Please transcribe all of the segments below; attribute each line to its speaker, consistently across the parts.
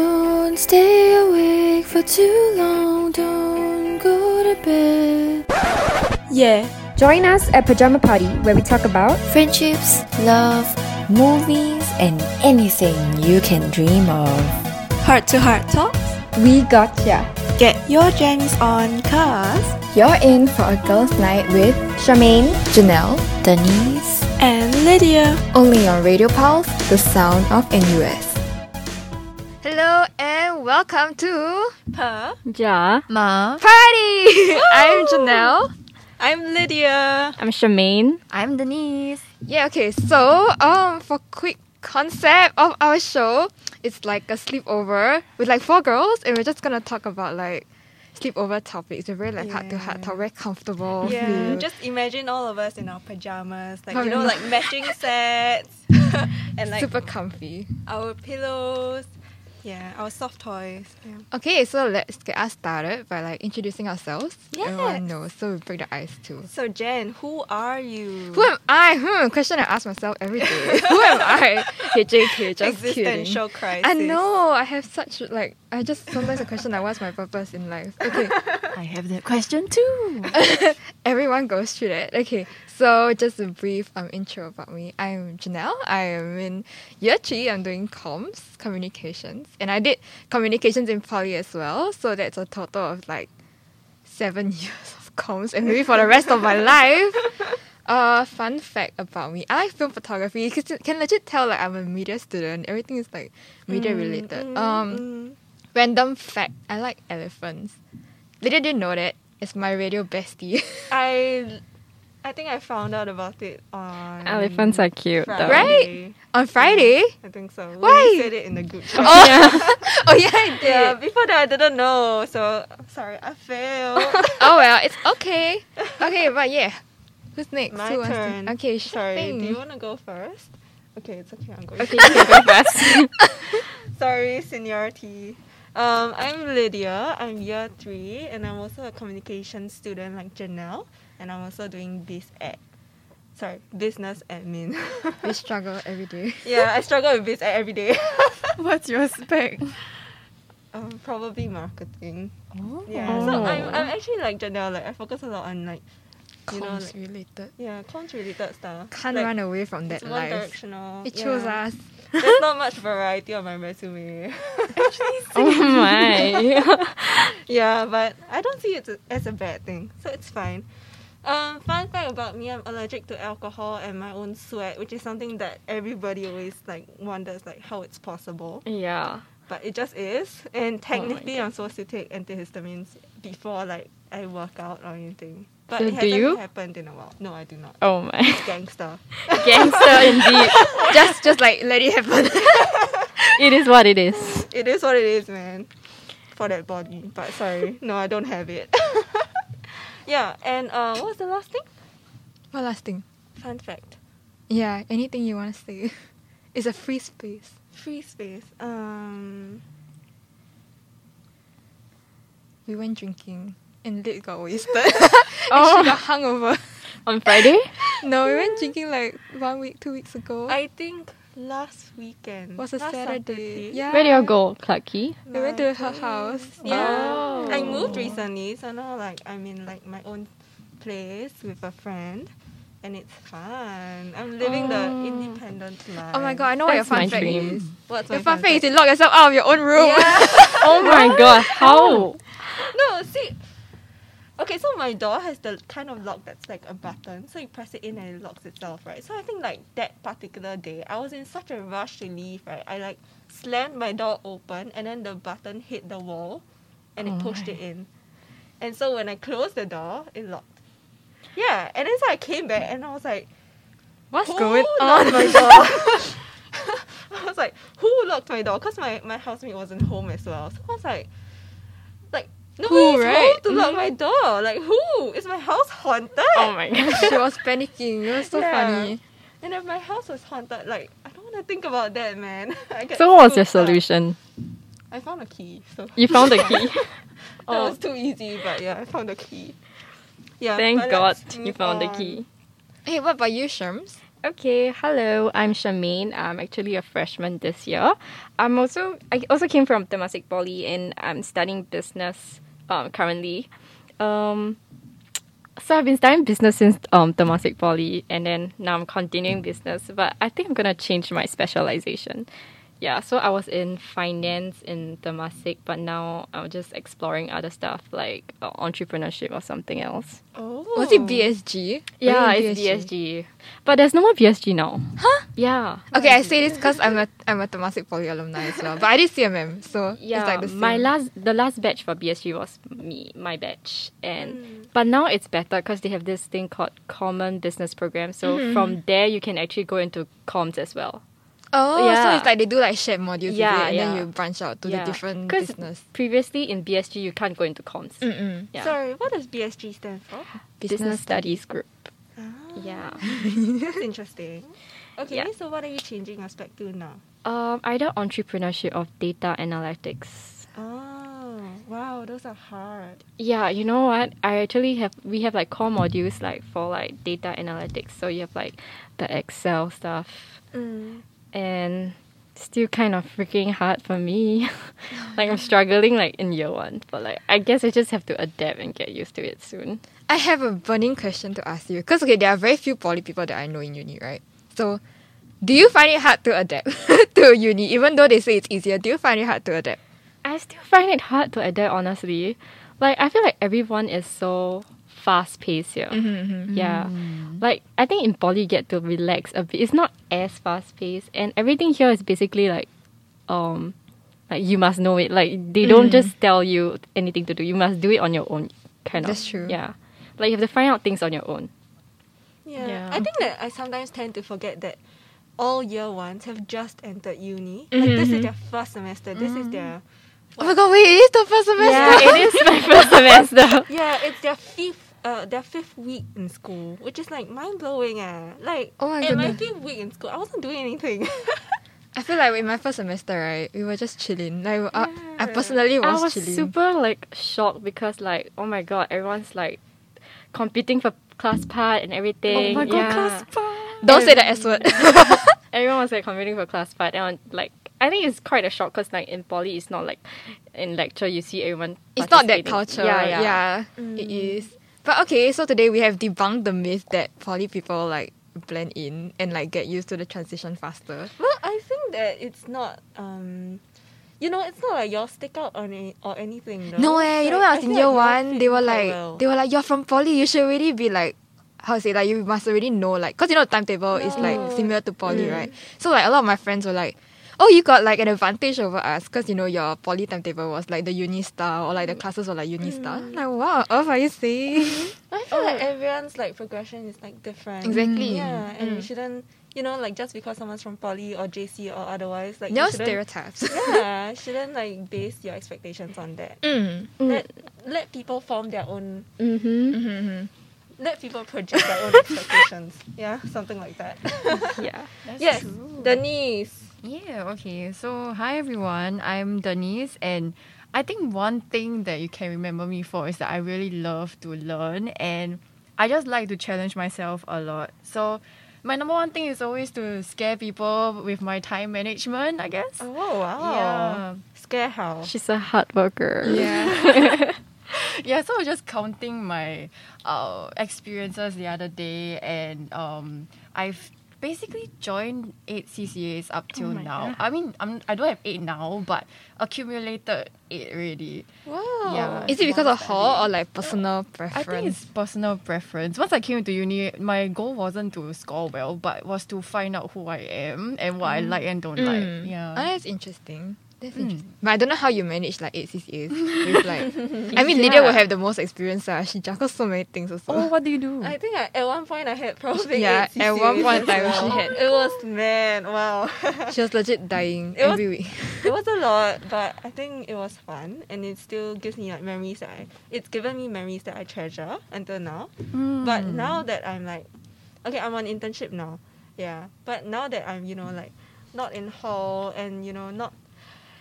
Speaker 1: Don't stay awake for too long. Don't go to bed.
Speaker 2: Yeah.
Speaker 3: Join us at Pajama Party where we talk about
Speaker 1: Friendships, love, movies, and anything you can dream of.
Speaker 2: Heart to heart talks.
Speaker 3: We Gotcha.
Speaker 2: Get your jammies on, cars
Speaker 3: You're in for a girls' night with Charmaine,
Speaker 1: Janelle, Denise.
Speaker 2: and Lydia.
Speaker 3: only on Radio Pulse, the sound of NUS. Hello and welcome to
Speaker 2: Per.
Speaker 4: Ja,
Speaker 1: Ma.
Speaker 3: Party! I'm Janelle.
Speaker 2: I'm Lydia.
Speaker 4: I'm Charmaine.
Speaker 3: I'm Denise. Yeah, okay, so um for quick concept of our show, it's like a sleepover with like four girls and we're just gonna talk about like sleepover topics. We're very like heart to heart talk, very comfortable.
Speaker 2: Yeah,
Speaker 3: feel.
Speaker 2: just imagine all of us in our pajamas, like
Speaker 3: Oh,
Speaker 2: you know,
Speaker 3: yeah.
Speaker 2: like matching sets, and like
Speaker 3: super comfy.
Speaker 2: our pillows. Yeah, our soft toys. Yeah.
Speaker 3: Okay, so let's get us started by like introducing ourselves.
Speaker 2: Yes.
Speaker 3: Everyone knows, so we break the ice too.
Speaker 2: So Jen, who are you?
Speaker 3: Who am I? Hmm, question I ask myself every day. Who am I? Okay, JK, just kidding.
Speaker 2: Existential crisis.
Speaker 3: I know, I have such like I just sometimes a question like what's my purpose in life? Okay.
Speaker 1: I have that question too.
Speaker 3: Everyone goes through that. Okay, so just a brief um, intro about me. I'm Janelle. I am in year three. I'm doing comms, communications. And I did communications in poly as well. So that's a total of like seven years of comms and maybe for the rest of my life. Uh, fun fact about me. I like film photography. You can, can legit tell like I'm a media student. Everything is like
Speaker 2: Mm,
Speaker 3: media related. um, Random fact. I like elephants. Lydia didn't know that. It's my radio bestie.
Speaker 2: I, I think I found out about it on
Speaker 4: Elephants are cute, though.
Speaker 2: Friday.
Speaker 3: Right? On Friday?
Speaker 2: I think so. When
Speaker 3: Why?
Speaker 2: you said it in the group chat.
Speaker 3: Oh, oh yeah, I did.
Speaker 2: Yeah, before that I didn't know, so sorry, I failed.
Speaker 3: Oh well, it's okay. Okay, but yeah. Who's next?
Speaker 2: My
Speaker 3: Who wants to-
Speaker 2: turn.
Speaker 3: Okay,
Speaker 2: sorry. Do you
Speaker 3: shopping.
Speaker 2: want to go first? Okay, it's okay. I'm going.
Speaker 3: Okay,
Speaker 2: Sorry, seniority. Um, I'm Lydia. I'm year three, and I'm also a communication student like Janelle, and I'm also doing biz ed. Sorry, business admin.
Speaker 3: we struggle every day.
Speaker 2: yeah, I struggle with biz ed every day.
Speaker 1: What's your spec?
Speaker 2: um, probably marketing.
Speaker 1: Oh.
Speaker 2: Yeah. So I'm, I'm actually like Janelle. Like I focus a lot on like, you know,
Speaker 3: Comms
Speaker 2: like,
Speaker 3: related.
Speaker 2: yeah, comms related stuff.
Speaker 3: Can't
Speaker 2: Like,
Speaker 3: run away from that
Speaker 2: It's one
Speaker 3: life.
Speaker 2: directional.
Speaker 3: It chose
Speaker 2: yeah.
Speaker 3: us.
Speaker 2: There's not much variety on my resume.
Speaker 4: Oh my.
Speaker 2: yeah, but I don't see it as a bad thing, so it's fine. Um, fun fact about me: I'm allergic to alcohol and my own sweat, which is something that everybody always like wonders like how it's possible,
Speaker 4: yeah.
Speaker 2: but it just is.
Speaker 3: Oh
Speaker 2: And technically, I'm supposed to take antihistamines before like I work out or anything. But
Speaker 4: So
Speaker 2: it
Speaker 4: do
Speaker 2: hasn't
Speaker 4: you?
Speaker 2: happened in a while. No, I do not.
Speaker 4: Oh my.
Speaker 2: Gangster.
Speaker 4: Gangster indeed.
Speaker 3: just just like let it happen.
Speaker 4: It is what it is.
Speaker 2: It is what it is, man. For that body. But sorry, no, I don't have it. yeah, and uh, what was the last thing?
Speaker 3: One last thing.
Speaker 2: Fun fact.
Speaker 3: Yeah, anything you wanna say. It's a free space.
Speaker 2: Free space. Um,
Speaker 3: We went drinking and Lit got wasted. and she
Speaker 2: Oh.
Speaker 3: got hungover.
Speaker 4: On Friday?
Speaker 3: No, we went drinking like one week, two weeks ago.
Speaker 2: I think last weekend
Speaker 3: was a
Speaker 2: last
Speaker 3: Saturday.
Speaker 2: Saturday,
Speaker 3: Yeah.
Speaker 4: Where do you go, Clarky?
Speaker 3: We went to her house.
Speaker 2: Yeah, I
Speaker 4: Oh.
Speaker 2: moved recently, so now like I'm in like my own place with a friend, and it's fun. I'm living the independent life.
Speaker 3: Oh my god, I know what your
Speaker 4: That's my
Speaker 3: fun fact
Speaker 4: dream.
Speaker 3: is.
Speaker 2: What's
Speaker 3: Your
Speaker 2: my
Speaker 3: fun fact is
Speaker 2: fact?
Speaker 3: you lock yourself out of your own room.
Speaker 4: Oh my god, how?
Speaker 2: No, see. Okay, so my door has the kind of lock that's like a button. So you press it in and it locks itself, right? So I think like that particular day, I was in such a rush to leave, right? I like slammed my door open and then the button hit the wall and it
Speaker 4: Oh
Speaker 2: pushed
Speaker 4: my.
Speaker 2: it in. And so when I closed the door, it locked. Yeah, and then so I came back and I was like,
Speaker 4: What's
Speaker 2: who
Speaker 4: going
Speaker 2: locked
Speaker 4: on?
Speaker 2: my door? I was like, who locked my door? Because my, my housemate wasn't home as well. So I was like, like no
Speaker 4: Who,
Speaker 2: one's home
Speaker 4: right? Mm-hmm.
Speaker 2: to lock my door. Like who? Is my house haunted?
Speaker 4: Oh my god.
Speaker 3: she was panicking. It was so
Speaker 2: Yeah.
Speaker 3: funny.
Speaker 2: And if my house was haunted, like I don't want to think about that, man. I get
Speaker 4: So, what was your
Speaker 2: spooked out.
Speaker 4: solution?
Speaker 2: I found a key. So
Speaker 4: You found the key.
Speaker 2: that
Speaker 4: Oh,
Speaker 2: was too easy, but yeah, I found a key. Yeah.
Speaker 4: thank
Speaker 2: but
Speaker 4: God
Speaker 2: let's
Speaker 4: you
Speaker 2: move
Speaker 4: found the
Speaker 2: on.
Speaker 4: key.
Speaker 3: Hey, what about you, Sherms?
Speaker 4: Okay, hello. I'm Charmaine. I'm actually a freshman this year. I'm also I also came from Temasek Poly and I'm studying business um, currently. Um, so I've been studying business since um, Temasek Poly, and then now I'm continuing business. But I think I'm gonna change my specialization. Yeah, so I was in finance in Temasek, but now I'm just exploring other stuff like uh, entrepreneurship or something else.
Speaker 2: Oh.
Speaker 3: Was it BSG?
Speaker 4: Yeah,
Speaker 3: Was it
Speaker 4: it's BSG. But there's no more BSG now.
Speaker 3: Huh?
Speaker 4: Yeah.
Speaker 3: Okay, I say this because I'm a I'm a Temasek Poly alumni as well, but I did CMM, so
Speaker 4: Yeah,
Speaker 3: it's like the same.
Speaker 4: my last the last batch for BSG was me my batch, and
Speaker 3: Hmm.
Speaker 4: but now it's better because they have this thing called Common Business Program. So
Speaker 3: Mm-hmm.
Speaker 4: from there you can actually go into comms as well.
Speaker 3: oh, so
Speaker 4: Yeah.
Speaker 3: it's like they do like shared modules,
Speaker 4: Yeah,
Speaker 3: with it, and then
Speaker 4: yeah.
Speaker 3: you branch out to the different
Speaker 4: 'Cause
Speaker 3: business. Mm.
Speaker 4: previously in BSG you can't go into comms.
Speaker 3: Mm-mm.
Speaker 4: Yeah.
Speaker 2: Sorry, what does BSG stand for?
Speaker 4: business, studies group.
Speaker 2: Ah,
Speaker 4: Yeah.
Speaker 2: that's interesting. Okay,
Speaker 4: Yeah.
Speaker 2: so what are you changing aspect to now?
Speaker 4: um, either entrepreneurship or data analytics.
Speaker 2: Oh, wow, those are hard.
Speaker 4: Yeah, you know what? I actually have we have like core modules like for like data analytics. So you have like the Excel stuff.
Speaker 2: Mm.
Speaker 4: and still kind of freaking hard for me. like I'm struggling like in year one, but like I guess I just have to adapt and get used to it soon.
Speaker 3: I have a burning question to ask you because okay, there are very few poly people that I know in uni, right? So, do you find it hard to adapt to uni, even though they say it's easier? Do you find it hard to adapt?
Speaker 4: I still find it hard to adapt honestly. Like I feel like everyone is so fast paced here. Yeah.
Speaker 3: Mm.
Speaker 4: Like I think in poly you get to relax a bit. It's not as fast paced and everything here is basically like um like you must know it. Like they don't just tell you anything to do. You must do it on your own kind of.
Speaker 3: That's true.
Speaker 4: Yeah. Like you have to find out things on your own.
Speaker 2: Yeah.
Speaker 4: Yeah.
Speaker 2: I think that I sometimes tend to forget that all year ones have just entered uni. Like this is their first semester. This is their
Speaker 3: Oh my god, wait, it is the first semester.
Speaker 4: Yeah, it is my first semester.
Speaker 2: yeah, it's their fifth uh their fifth week in school, which is like mind blowing. Eh. like
Speaker 3: Oh my
Speaker 2: at my
Speaker 3: goodness.
Speaker 2: fifth week in school, I wasn't doing anything.
Speaker 3: I feel like in my first semester, right, we were just chilling. Like, I- I personally
Speaker 4: I
Speaker 3: was,
Speaker 4: was
Speaker 3: chilling.
Speaker 4: super like shocked because like oh my god, everyone's like competing for class part and
Speaker 3: Oh
Speaker 4: everything. yeah.
Speaker 3: Don't say the S word.
Speaker 4: Everyone was like competing for class part and like I think it's quite a shock because like in poly it's not like in lecture you see everyone.
Speaker 3: it's not that
Speaker 4: participating.
Speaker 3: culture. Mm.
Speaker 4: Yeah, yeah.
Speaker 3: It is. But okay, so today we have debunked the myth that poly people like blend in and like get used to the transition faster.
Speaker 2: well, I think that it's not um you know, it's not like y'all stick out on any, or anything. Though.
Speaker 3: No eh, you know
Speaker 2: Like,
Speaker 3: when I was in
Speaker 2: feel
Speaker 3: year
Speaker 2: like y'all
Speaker 3: one,
Speaker 2: fit
Speaker 3: they were
Speaker 2: quite
Speaker 3: like
Speaker 2: well.
Speaker 3: they were like you're from poly, you should already be like how to say like you must already know like because you know the timetable is like
Speaker 2: No.
Speaker 3: similar to poly right. So like a lot of my friends were like. Oh, you got like an advantage over us because you know your poly timetable was like the uni style or like the classes were like uni style. Like, wow, what are you saying?
Speaker 2: I feel like everyone's like progression is like different.
Speaker 3: Oh. Exactly. Mm.
Speaker 2: Yeah, and you shouldn't, you know, like just because someone's from poly or JC or otherwise, like
Speaker 3: no
Speaker 2: you shouldn't,
Speaker 3: stereotypes.
Speaker 2: yeah, shouldn't like base your expectations on that.
Speaker 3: Mm. Mm-hmm.
Speaker 2: Let let people form their own.
Speaker 4: Mhm.
Speaker 2: Let people project their own expectations. Yeah, something like that.
Speaker 4: Yeah.
Speaker 2: yes, Denise.
Speaker 5: Yeah, okay. So, hi everyone. I'm Denise, and I think one thing that you can remember me for is that I really love to learn and I just like to challenge myself a lot. So, my number one thing is always to scare people with my time management, I guess.
Speaker 2: Oh wow.
Speaker 5: Yeah.
Speaker 2: Scare how?
Speaker 4: She's a hard worker.
Speaker 3: Yeah.
Speaker 5: yeah, so I was just counting my uh, experiences the other day, and um, I've basically joined eight CCAs up till now. I mean, I'm, I don't have eight now, but accumulated eight already.
Speaker 2: Wow.
Speaker 5: Yeah.
Speaker 3: Is it because of hall or like personal
Speaker 5: I
Speaker 3: preference?
Speaker 5: think it's personal preference. Once I came into uni, my goal wasn't to score well, but was to find out who I am and what I like and don't
Speaker 3: Mm.
Speaker 5: like.
Speaker 3: Oh,
Speaker 5: Yeah.
Speaker 3: that's interesting. That's
Speaker 5: Mm.
Speaker 3: interesting. But I don't know how you manage like eight CCAs. with like, I mean, Lydia will have the most experience. Uh. She juggles so many things also.
Speaker 5: Oh, what do you do?
Speaker 2: I think I, at one point I had probably
Speaker 3: Yeah,
Speaker 2: eight
Speaker 3: at one
Speaker 2: CCAs as
Speaker 3: point in time
Speaker 2: well.
Speaker 3: she had-
Speaker 2: It was man, wow.
Speaker 3: She was legit dying
Speaker 2: It was-
Speaker 3: every week.
Speaker 2: it was a lot, but I think it was fun, and it still gives me like memories that I. It's given me memories that I treasure until now.
Speaker 5: Mm.
Speaker 2: But
Speaker 5: Hmm.
Speaker 2: now that I'm like, okay, I'm on internship now, yeah. But now that I'm, you know, like, not in hall and you know not,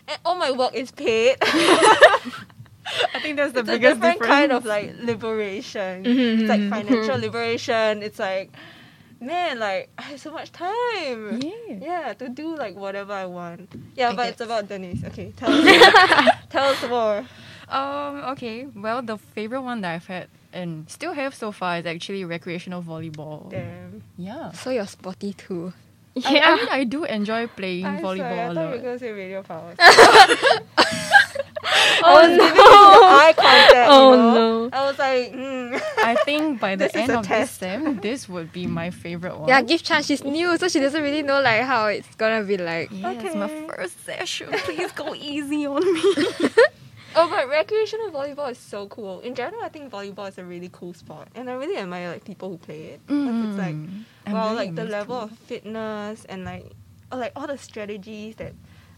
Speaker 2: and all my work is paid.
Speaker 5: I think that's the Mm-hmm,
Speaker 2: it's a different kind of like liberation. It's like financial liberation. It's like man, like I have so much time.
Speaker 5: Yeah.
Speaker 2: Yeah, to do like whatever I want. Yeah,
Speaker 5: I
Speaker 2: but
Speaker 5: guess.
Speaker 2: it's about Denise. Okay, tell us. tell us more.
Speaker 5: Um. Okay. Well, the favorite one that I've had and still have so far is actually recreational volleyball.
Speaker 2: Damn.
Speaker 5: Yeah.
Speaker 3: So you're sporty too.
Speaker 5: I- I,
Speaker 4: Yeah.
Speaker 5: mean, I do enjoy playing
Speaker 2: I'm sorry, I
Speaker 5: volleyball a
Speaker 2: thought you were
Speaker 5: lot.
Speaker 2: gonna say radio powers. I was giving you the eye contact.
Speaker 4: Oh,
Speaker 2: you know?
Speaker 4: no.
Speaker 2: I was like, mm.
Speaker 5: I think by the
Speaker 2: This is
Speaker 5: end
Speaker 2: a
Speaker 5: of
Speaker 2: test.
Speaker 5: this sem, this would be my favorite one.
Speaker 3: Yeah, give chance. She's new, so she doesn't really know like how it's gonna be like.
Speaker 5: Yeah, It's my
Speaker 2: Okay.
Speaker 5: first session. Please go easy on me.
Speaker 2: Oh, but recreational volleyball is so cool. In general, I think volleyball is a really cool sport, and I really admire like people who play it. 'Cause It's like
Speaker 5: Mm. I'm
Speaker 2: wow,
Speaker 5: really
Speaker 2: like the
Speaker 5: amazed
Speaker 2: level
Speaker 5: too.
Speaker 2: of fitness and like, oh, like all the strategies that.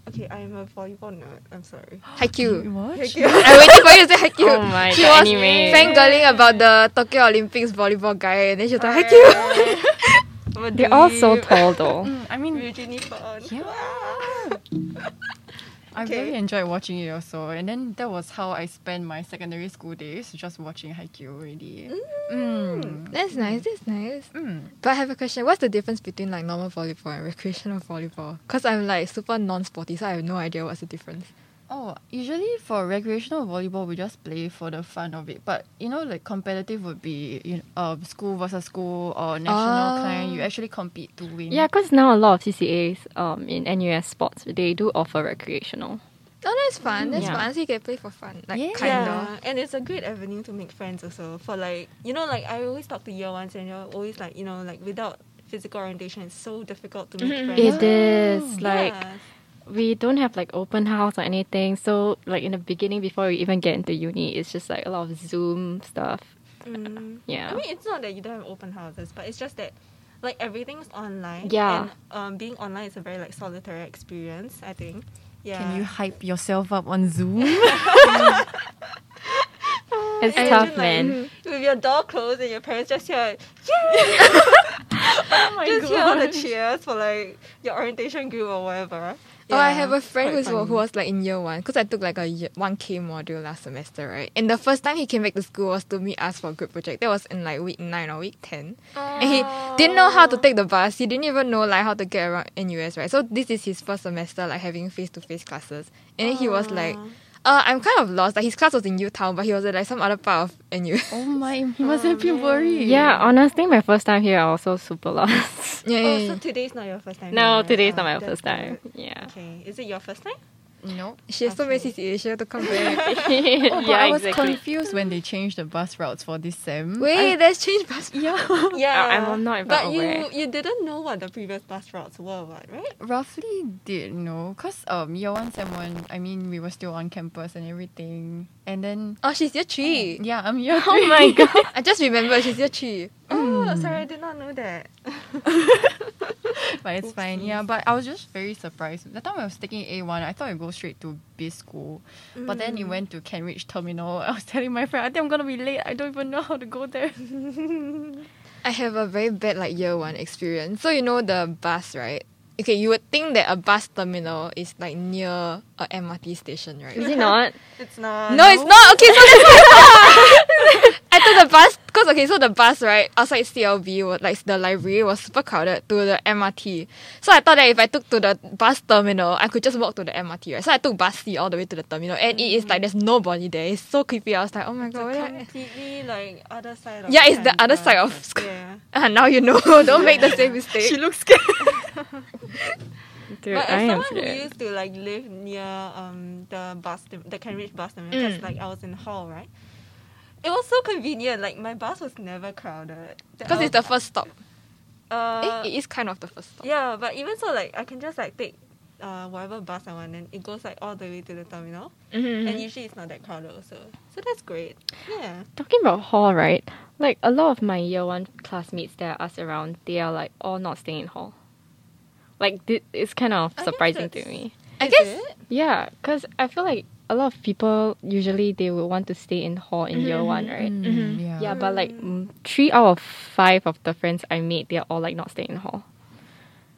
Speaker 2: Okay, I am a volleyball nerd. I'm sorry.
Speaker 3: Haikyuu.
Speaker 5: What?
Speaker 2: Thank you.
Speaker 3: I waited for you to say Haikyuu.
Speaker 4: Oh my
Speaker 3: she
Speaker 4: god,
Speaker 3: was
Speaker 4: anyway.
Speaker 3: fangirling about the Tokyo Olympics volleyball guy, and then she was like, Haikyuu.
Speaker 2: Alright. I'm a
Speaker 4: They're all so
Speaker 2: dweeb.
Speaker 4: tall though.
Speaker 5: Mm, I mean,
Speaker 2: Eugenie Fon.
Speaker 5: Yeah.
Speaker 2: Wow.
Speaker 5: I
Speaker 2: okay.
Speaker 5: really enjoyed watching it also, and then that was how I spent my secondary school days, just watching Haikyuu already. Mm.
Speaker 3: That's nice, that's nice.
Speaker 5: Mm.
Speaker 3: But I have a question. What's the difference between like normal volleyball and recreational volleyball? Because I'm like super non sporty, so I have no idea what's the difference.
Speaker 5: Oh, usually for recreational volleyball, we just play for the fun of it. But you know, like competitive would be you know, um, school versus school or national
Speaker 3: Oh.
Speaker 5: kind. You actually compete to win.
Speaker 4: Yeah, because now a lot of CCAs um, in NUS sports, they do offer recreational.
Speaker 3: Oh, that's fun. That's
Speaker 4: Yeah.
Speaker 3: fun. So you can play for fun. Like,
Speaker 5: Yeah.
Speaker 3: kind of.
Speaker 2: Yeah, and it's a great avenue to make friends also. For like, you know, like I always talk to year ones and you're always like, you know, like without physical orientation, it's so difficult to make friends.
Speaker 4: It is like
Speaker 2: Yes.
Speaker 4: we don't have like open house or anything. So like in the beginning, before we even get into uni, it's just like a lot of Zoom stuff.
Speaker 2: Mm.
Speaker 4: Yeah.
Speaker 2: I mean, it's not that you don't have open houses, but it's just that like everything's online.
Speaker 4: Yeah.
Speaker 2: And um, being online is a very like solitary experience, I think. Yeah.
Speaker 5: Can you hype yourself up on Zoom?
Speaker 4: It's
Speaker 2: Imagine,
Speaker 4: tough,
Speaker 2: like,
Speaker 4: man.
Speaker 2: With your door closed and your parents just hear,
Speaker 5: oh my
Speaker 2: just hear all the cheers for like your orientation group or whatever.
Speaker 3: Oh, I
Speaker 2: Yeah.
Speaker 3: have a friend
Speaker 5: quite
Speaker 3: who's, who
Speaker 5: funny.
Speaker 3: was like in year one because I took like a year, 1K module last semester, right? And the first time he came back to school was to meet us for a group project. That was in like week 9 or week 10. And he didn't know how to take the bus. He didn't even know like how to get around NUS, right? So this is his first semester like having face to face classes. And then he was like, uh, I'm kind of lost. Like his class was in U Town, but he was at like some other part of NUS.
Speaker 5: Oh my! He must have been worried.
Speaker 4: Yeah, honestly, my first time here, I was also super lost.
Speaker 3: yeah, yeah,
Speaker 2: Oh, so
Speaker 3: yeah.
Speaker 2: today's not your first time?
Speaker 4: no,
Speaker 2: here.
Speaker 4: today's
Speaker 2: Oh,
Speaker 4: not my
Speaker 2: that's
Speaker 4: first time.
Speaker 2: good.
Speaker 4: Yeah.
Speaker 2: Okay, is it your first time?
Speaker 5: Nope.
Speaker 3: She has so many CCA. She had to come back.
Speaker 5: Oh, but
Speaker 4: yeah,
Speaker 5: I was
Speaker 4: exactly.
Speaker 5: confused when they changed the bus routes for this sem.
Speaker 3: Wait,
Speaker 5: I-
Speaker 3: let's change bus.
Speaker 5: yeah.
Speaker 2: Yeah,
Speaker 4: I'm not even
Speaker 2: But
Speaker 4: aware.
Speaker 2: you you didn't know what the previous bus routes were, what, right?
Speaker 5: Roughly did know, cause um year one sem one. I mean, we were still on campus and everything, and then
Speaker 3: Oh, she's year three.
Speaker 5: yeah, I'm year
Speaker 4: oh
Speaker 5: three.
Speaker 4: my god.
Speaker 3: I just remembered she's year three.
Speaker 4: Mm.
Speaker 2: Oh, sorry, I did not know that.
Speaker 5: but it's fine. Yeah, but I was just very surprised. The time I was taking A one, I thought it would go straight to B school, but then
Speaker 4: Mm.
Speaker 5: it went to Cambridge Terminal. I was telling my friend, I think I'm gonna be late. I don't even know how to go there.
Speaker 3: I have a very bad like year one experience. So you know the bus, right? Okay, you would think that a bus terminal is like near a MRT station, right?
Speaker 4: Is it not?
Speaker 2: It's not.
Speaker 3: No, it's not. Okay, so that's why I took the bus because okay, so the bus right outside CLB was like the library was super crowded to the MRT. So I thought that if I took to the bus terminal, I could just walk to the MRT. Right, so I took bus C all the way to the terminal, and it is like there's nobody there. It's so creepy. I was like, oh my god.
Speaker 2: It's
Speaker 3: where
Speaker 2: a
Speaker 3: did I-
Speaker 2: completely like other side of
Speaker 3: Yeah, it's the other
Speaker 2: campus.
Speaker 3: side of sc-
Speaker 2: Yeah.
Speaker 3: Ah, now you know. Don't make the same mistake. She looks scared.
Speaker 4: Dude,
Speaker 2: but
Speaker 4: I
Speaker 2: as
Speaker 4: am
Speaker 2: someone who
Speaker 4: serious.
Speaker 2: used to like live near um the bus term- the Cambridge bus terminal because
Speaker 3: Mm.
Speaker 2: like I was in hall right, it was so convenient. Like my bus was never crowded That
Speaker 3: Because
Speaker 2: I
Speaker 3: it's the first stop.
Speaker 2: was- uh,
Speaker 3: Eh, it is kind of the first stop.
Speaker 2: yeah. But even so, like I can just like take uh whatever bus I want and it goes like all the way to the terminal.
Speaker 3: Mm-hmm.
Speaker 2: And usually it's not that crowded also, so that's great. Yeah.
Speaker 4: Talking about hall, right? Like a lot of my year one classmates that are us around, they are like all not staying in hall. Like thi- it's kind of
Speaker 2: I guess
Speaker 4: surprising to
Speaker 2: that's-
Speaker 4: me.
Speaker 3: I
Speaker 2: Is
Speaker 3: guess.
Speaker 2: it?
Speaker 4: Yeah, because I feel like a lot of people usually they would want to stay in hall in year one, right?
Speaker 5: Mm-hmm. yeah.
Speaker 4: Mm-hmm. Yeah, but like mm, three out of five of the friends I made, they are all like not staying in hall.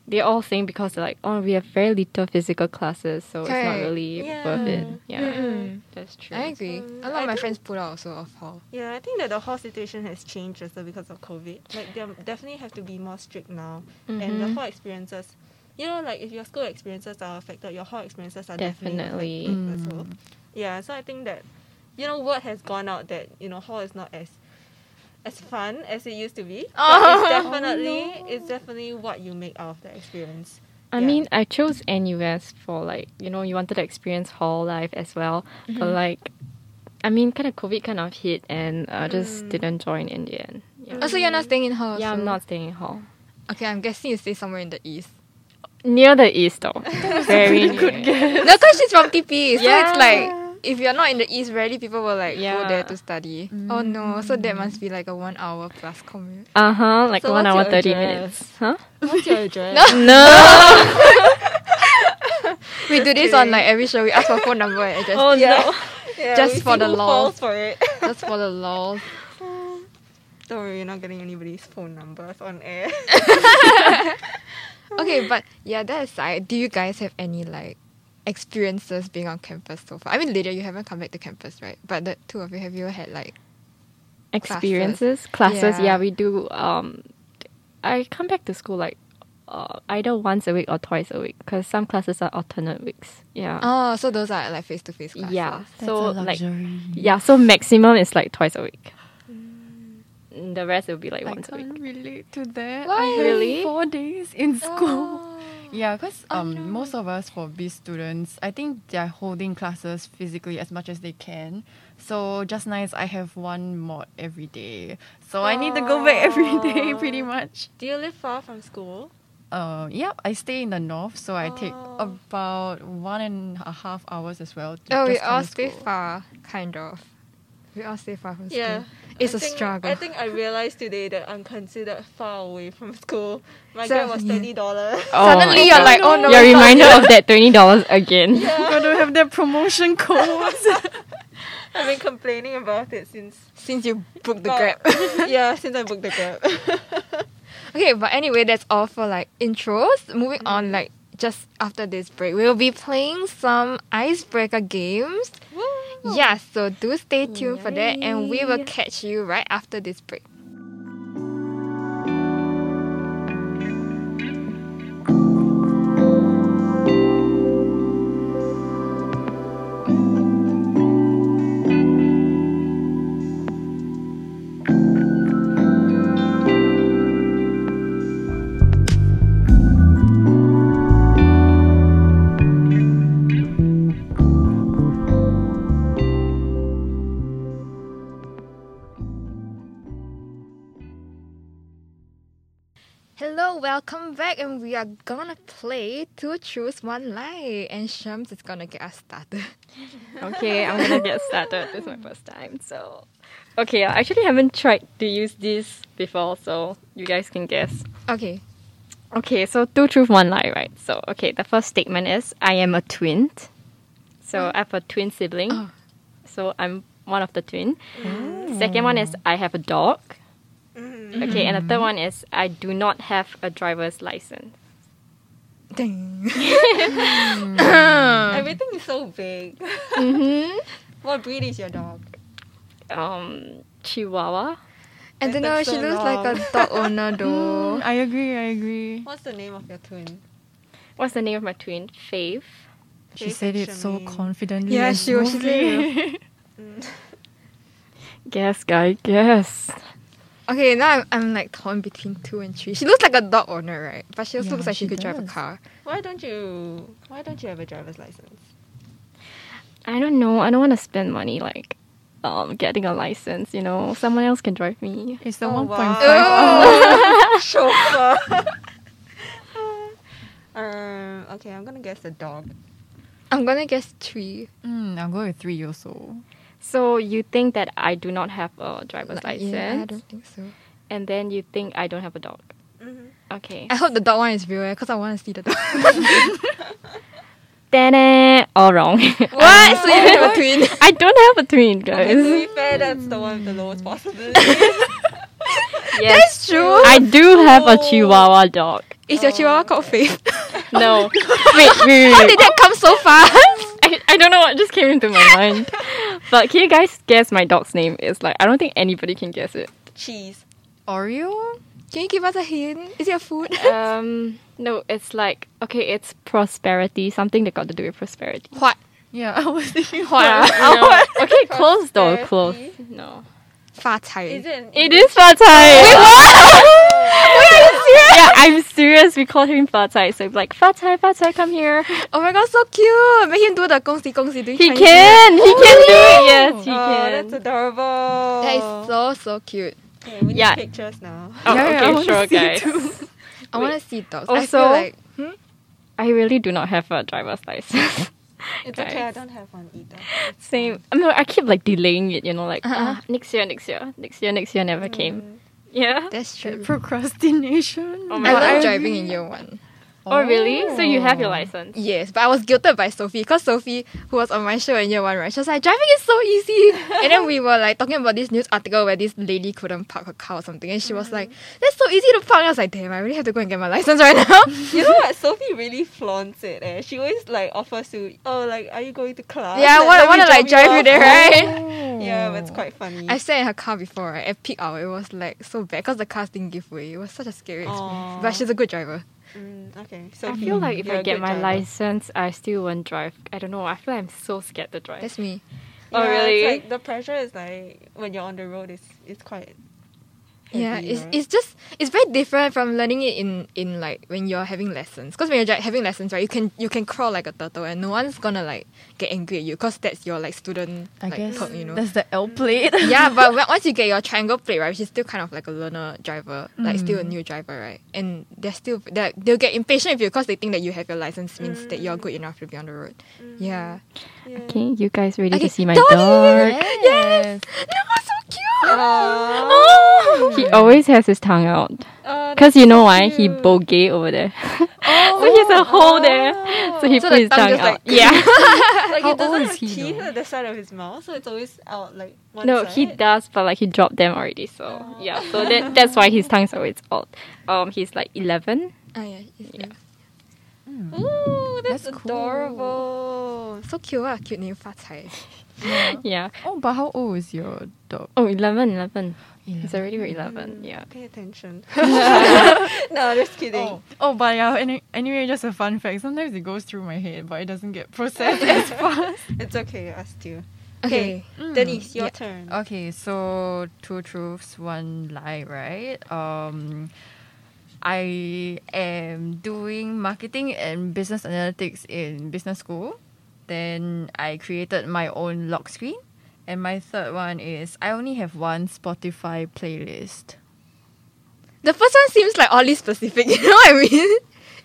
Speaker 4: they all think because they're like, oh, we have very little physical classes, so it's
Speaker 3: Correct. Mm-hmm.
Speaker 4: not really
Speaker 2: Yeah.
Speaker 4: worth it. Yeah,
Speaker 3: Mm-mm.
Speaker 4: that's true.
Speaker 3: I agree.
Speaker 2: Mm,
Speaker 3: a lot
Speaker 2: I
Speaker 3: of my
Speaker 2: think-
Speaker 3: friends pulled out also of hall.
Speaker 2: Yeah, I think that the whole situation has changed also because of COVID. Like, they definitely have to be more strict now. And the
Speaker 4: Mhm.
Speaker 2: whole experiences, you know, like if your school experiences are affected, your whole experiences are
Speaker 4: Definitely.
Speaker 2: definitely, Mm. affected as well. Yeah, so I think that, you know, word has gone out that you know hall is not as as fun as it used to be. But it's definitely it's definitely what you make out of the experience.
Speaker 4: I
Speaker 2: Yeah.
Speaker 4: mean, I chose NUS for like, you know, you wanted to experience hall life as well. But like, I mean, kind of COVID kind of hit and I just
Speaker 2: Mm.
Speaker 4: didn't join in the end. Yeah.
Speaker 3: Also, Oh, you're not staying in hall.
Speaker 4: Yeah, I'm
Speaker 3: also.
Speaker 4: not staying in hall.
Speaker 3: Okay, I'm guessing you stay somewhere in the east.
Speaker 4: Near the east though. Very good guess.
Speaker 3: no, because she's from TP, so
Speaker 4: Yeah.
Speaker 3: it's like if you're not in the east, rarely people will like go
Speaker 4: Yeah.
Speaker 3: there to study. Oh no, so that must be like a one hour plus commute.
Speaker 4: Uh huh, like
Speaker 2: So
Speaker 4: one
Speaker 2: what's
Speaker 4: hour,
Speaker 2: your
Speaker 4: 30
Speaker 2: address?
Speaker 4: minutes. Huh?
Speaker 2: What's your address?
Speaker 4: No!
Speaker 3: We do this on like every show. We ask for phone number and address.
Speaker 4: Oh no.
Speaker 3: Just for the lol.
Speaker 2: laws for it.
Speaker 3: Just for the lols.
Speaker 2: Don't worry, you're not getting anybody's phone numbers on air.
Speaker 3: Okay, but yeah, that aside, do you guys have any like experiences being on campus so far? I mean, later you haven't come back to campus, right? But the two of you have you had like
Speaker 4: Experiences, classes.
Speaker 3: Yeah.
Speaker 4: Yeah. we do. Um, I come back to school like uh, either once a week or twice a week because some classes are alternate weeks. Yeah.
Speaker 3: oh, so those are like face to face classes.
Speaker 4: Yeah.
Speaker 5: That's
Speaker 4: so
Speaker 5: a
Speaker 4: like
Speaker 5: luxury.
Speaker 4: yeah, so maximum is like twice a week. Mm, The rest will be like
Speaker 5: I
Speaker 4: once a
Speaker 5: can't
Speaker 4: week.
Speaker 5: relate to that.
Speaker 3: Why?
Speaker 5: I had
Speaker 4: Really?
Speaker 5: Four days in school.
Speaker 3: Oh.
Speaker 5: Yeah, because um, most of us for B students, I think they're holding classes physically as much as they can. So just nice, I have one mod every day. So I need to go back every day, pretty much.
Speaker 2: Do you live far from school?
Speaker 5: Um, yeah, I stay in the north, so I take
Speaker 2: Oh.
Speaker 5: about one and a half hours as well. To
Speaker 3: Oh, we
Speaker 5: just come
Speaker 3: all
Speaker 5: to
Speaker 3: stay
Speaker 5: school.
Speaker 3: far, kind of. We all stay far from school.
Speaker 2: Yeah.
Speaker 3: It's
Speaker 2: a
Speaker 3: a struggle.
Speaker 2: I think I realized today that I'm considered far away from school. My
Speaker 3: So-
Speaker 2: grant was
Speaker 3: yeah.
Speaker 2: thirty dollars.
Speaker 4: Oh my
Speaker 3: Suddenly you're
Speaker 4: God.
Speaker 3: like, oh no.
Speaker 4: You're
Speaker 3: it's not
Speaker 4: reminded of that twenty dollars again.
Speaker 5: Gotta have that promotion code.
Speaker 2: I've been complaining about it since
Speaker 3: Since you booked the
Speaker 2: about-
Speaker 3: grab.
Speaker 2: yeah, since I booked the grab.
Speaker 3: Okay, but anyway, that's all for like intros. Moving on, like just after this break, we'll be playing some icebreaker games. Yeah, so do stay tuned for that, and we will catch you right after this break. Hello, welcome back, and we are gonna play two choose one lie, and Shams is gonna get us started.
Speaker 4: Okay, I'm gonna get started. This is my first time, so okay. I actually haven't tried to use this before, so you guys can guess.
Speaker 3: Okay,
Speaker 4: Okay, so two truth, one lie, right? So okay, the first statement is I am a twin. So I have a twin sibling.
Speaker 3: Oh.
Speaker 4: So I'm one of the twin. Second one is I have a dog. Okay, and the third one is I do not have a driver's license.
Speaker 3: ding. Um,
Speaker 2: Everything is so big.
Speaker 4: hmm
Speaker 2: What breed is your dog?
Speaker 4: Um, Chihuahua.
Speaker 3: I
Speaker 2: That
Speaker 3: don't
Speaker 2: took
Speaker 3: know, uh, she
Speaker 2: so
Speaker 3: looks like a dog owner though.
Speaker 5: I agree, I agree.
Speaker 2: What's the name of your twin?
Speaker 4: What's the name of my twin? Faith.
Speaker 5: She
Speaker 2: Faith
Speaker 5: said
Speaker 2: and
Speaker 5: it so
Speaker 2: Charmaine.
Speaker 5: confidently.
Speaker 3: Yeah,
Speaker 5: and
Speaker 3: she was- she's
Speaker 5: smoothly.
Speaker 4: Guess, guy. Guess.
Speaker 3: Okay, now I'm, I'm like torn between two and three. She looks like a dog owner, right? But she also
Speaker 5: Yeah,
Speaker 3: looks like she,
Speaker 5: she
Speaker 3: could drive a
Speaker 5: does.
Speaker 3: car.
Speaker 2: Why don't you why don't you have a driver's license?
Speaker 4: I don't know. I don't want to spend money like, um, getting a license. You know, someone else can drive me.
Speaker 5: It's the
Speaker 2: Oh,
Speaker 5: 1.5
Speaker 3: wow.
Speaker 2: Chauffeur. um okay, I'm gonna guess the dog.
Speaker 3: I'm gonna guess three.
Speaker 5: Mm, I'll go with three also.
Speaker 4: So you think that I do not have a driver's
Speaker 3: Like,
Speaker 4: license,
Speaker 3: yeah, I don't think so.
Speaker 4: and then you think I don't have a dog.
Speaker 3: Mm-hmm.
Speaker 4: Okay.
Speaker 3: I hope the dog one is real, because I want to see the dog.
Speaker 4: Then all wrong.
Speaker 3: what? So you have a twin?
Speaker 4: I don't have a twin, guys.
Speaker 2: And to be fair, that's the one with the lowest possibility.
Speaker 4: yes,
Speaker 3: That's true.
Speaker 4: I do have a Chihuahua dog.
Speaker 3: Is your chihuahua called Faith?
Speaker 4: No. wait, wait, wait,
Speaker 3: How
Speaker 4: wait.
Speaker 3: did that come so fast?
Speaker 4: I, I don't know what just came into my mind. But can you guys guess my dog's name? It's like, I don't think anybody can guess it.
Speaker 2: Cheese.
Speaker 5: Oreo?
Speaker 3: Can you give us a hint? Is it a food?
Speaker 4: Um, no, it's like, okay, it's prosperity, something that got to do with prosperity.
Speaker 3: what?
Speaker 5: Yeah, I was thinking
Speaker 4: What? No. Okay, close though, close.
Speaker 2: Prosperity.
Speaker 4: No.
Speaker 3: Fat Thai.
Speaker 2: Is it? an-
Speaker 4: It is Fat Thai. Wait,
Speaker 3: serious?
Speaker 4: Yeah, I'm serious. We call him Fat Thai. So like, Fat Thai, Fat Thai, come here.
Speaker 3: Oh my god, so cute! Make him do the 恭喜恭喜 doing
Speaker 4: He
Speaker 3: Chinese
Speaker 4: can. He can do it. Yes, he
Speaker 2: Oh,
Speaker 4: can.
Speaker 2: that's adorable.
Speaker 3: New Year. That is so so cute.
Speaker 2: Okay, we need
Speaker 4: Yeah.
Speaker 2: pictures now.
Speaker 4: oh,
Speaker 5: Yeah, yeah, I
Speaker 4: okay,
Speaker 5: wanna
Speaker 4: sure,
Speaker 5: see
Speaker 4: guys.
Speaker 3: I
Speaker 4: Wait.
Speaker 3: want to see dogs. I
Speaker 4: Also-
Speaker 3: feel like
Speaker 4: I really do not have a driver's license.
Speaker 2: It's
Speaker 4: Guys.
Speaker 2: okay, I don't have one either.
Speaker 4: Same. I mean, I keep like delaying it. You know, like "Ah, next year, next year, next year, next year. Never came. Yeah.
Speaker 3: that's true.
Speaker 5: Procrastination.
Speaker 4: Oh my
Speaker 3: I
Speaker 4: God.
Speaker 3: love driving in year one.
Speaker 4: Oh, really? So you have your license?
Speaker 3: Yes, but I was guilted by Sophie because Sophie, who was on my show in year one, right? She was like, driving is so easy. and then we were like talking about this news article where this lady couldn't park her car or something. And she was like, that's so easy to park. And I was like, damn, I really have to go and get my license right now.
Speaker 2: You know what? Sophie really flaunts it. Eh? She always like offers to, oh, like, are you going to class?
Speaker 3: yeah,
Speaker 2: Let-
Speaker 3: I
Speaker 2: let me
Speaker 3: want to like drive you
Speaker 2: off."
Speaker 3: there, right?
Speaker 5: Oh.
Speaker 2: Yeah, but it's quite funny.
Speaker 3: I sat in her car before, right? At peak hour, it was like so bad because the cars didn't give way. It was such a scary experience.
Speaker 2: Aw.
Speaker 3: But she's a good driver.
Speaker 2: Mm, okay, so
Speaker 4: I feel like if
Speaker 2: you're
Speaker 4: I
Speaker 2: a
Speaker 4: get
Speaker 2: good
Speaker 4: my
Speaker 2: driver.
Speaker 4: license, I still won't drive. I don't know. I feel I'm so scared to drive.
Speaker 3: That's me.
Speaker 2: Yeah,
Speaker 4: Oh,
Speaker 2: it's
Speaker 4: really?
Speaker 2: like the pressure is like when you're on the road, it's it's quite.
Speaker 3: Yeah,
Speaker 2: heavy,
Speaker 3: it's
Speaker 2: right?
Speaker 3: it's just it's very different from learning it in in like when you're having lessons. Because when you're dri- having lessons, right, you can you can crawl like a turtle, and no one's gonna like get angry at you because that's your like student
Speaker 5: I
Speaker 3: like
Speaker 5: guess
Speaker 3: perk, you know.
Speaker 5: that's the L plate.
Speaker 3: yeah, but when, once you get your triangle plate, right, which is still kind of like a learner driver, like still
Speaker 5: Mm.
Speaker 3: a new driver, right, and they're still they they'll get impatient with you because they think that you have your license means that you're good
Speaker 5: Mm.
Speaker 3: enough to be on the road. Yeah,
Speaker 4: Okay, you guys ready
Speaker 3: Okay,
Speaker 4: to see my
Speaker 3: Dolly!
Speaker 4: dog?
Speaker 5: yes.
Speaker 3: that was so cute.
Speaker 2: Aww.
Speaker 3: Oh,
Speaker 4: He always has his tongue out.
Speaker 2: Uh,
Speaker 4: Cause you know why he bogey over there,
Speaker 3: Oh,
Speaker 4: so he's a hole there. So he
Speaker 3: So
Speaker 4: put
Speaker 3: the
Speaker 4: his
Speaker 3: tongue
Speaker 4: tongue,
Speaker 3: just
Speaker 4: out.
Speaker 3: like-
Speaker 4: yeah.
Speaker 2: like
Speaker 5: How
Speaker 2: it doesn't
Speaker 5: old
Speaker 2: have
Speaker 5: is he,
Speaker 2: teeth
Speaker 5: though?
Speaker 2: at the side of his mouth, so it's always out like one
Speaker 4: No,
Speaker 2: side.
Speaker 4: he does, but like he dropped them already. So yeah, so that that's why his tongue's always out. Um, he's like eleven.
Speaker 3: Ah, yeah, yes, yes.
Speaker 2: Ooh, that's,
Speaker 5: That's cool.
Speaker 2: adorable.
Speaker 3: so cute. What a cute name, Fat Cai.
Speaker 4: Yeah.
Speaker 5: Oh, but how old is your dog?
Speaker 4: Oh, 11, 11. He's already with eleven. Yeah.
Speaker 2: Pay attention. no, just kidding.
Speaker 5: Oh, oh, but yeah. Any, anyway, just a fun fact. Sometimes it goes through my head, but it doesn't get processed as fast.
Speaker 2: It's okay, us too.
Speaker 3: Okay.
Speaker 2: Denise, your
Speaker 3: Yeah.
Speaker 2: turn.
Speaker 5: Okay, so two truths, one lie, right? Um, I am doing marketing and business analytics in business school. Then I created my own lock screen. And my third one is I only have one Spotify playlist.
Speaker 3: The first one seems like oddly specific. You know what I mean?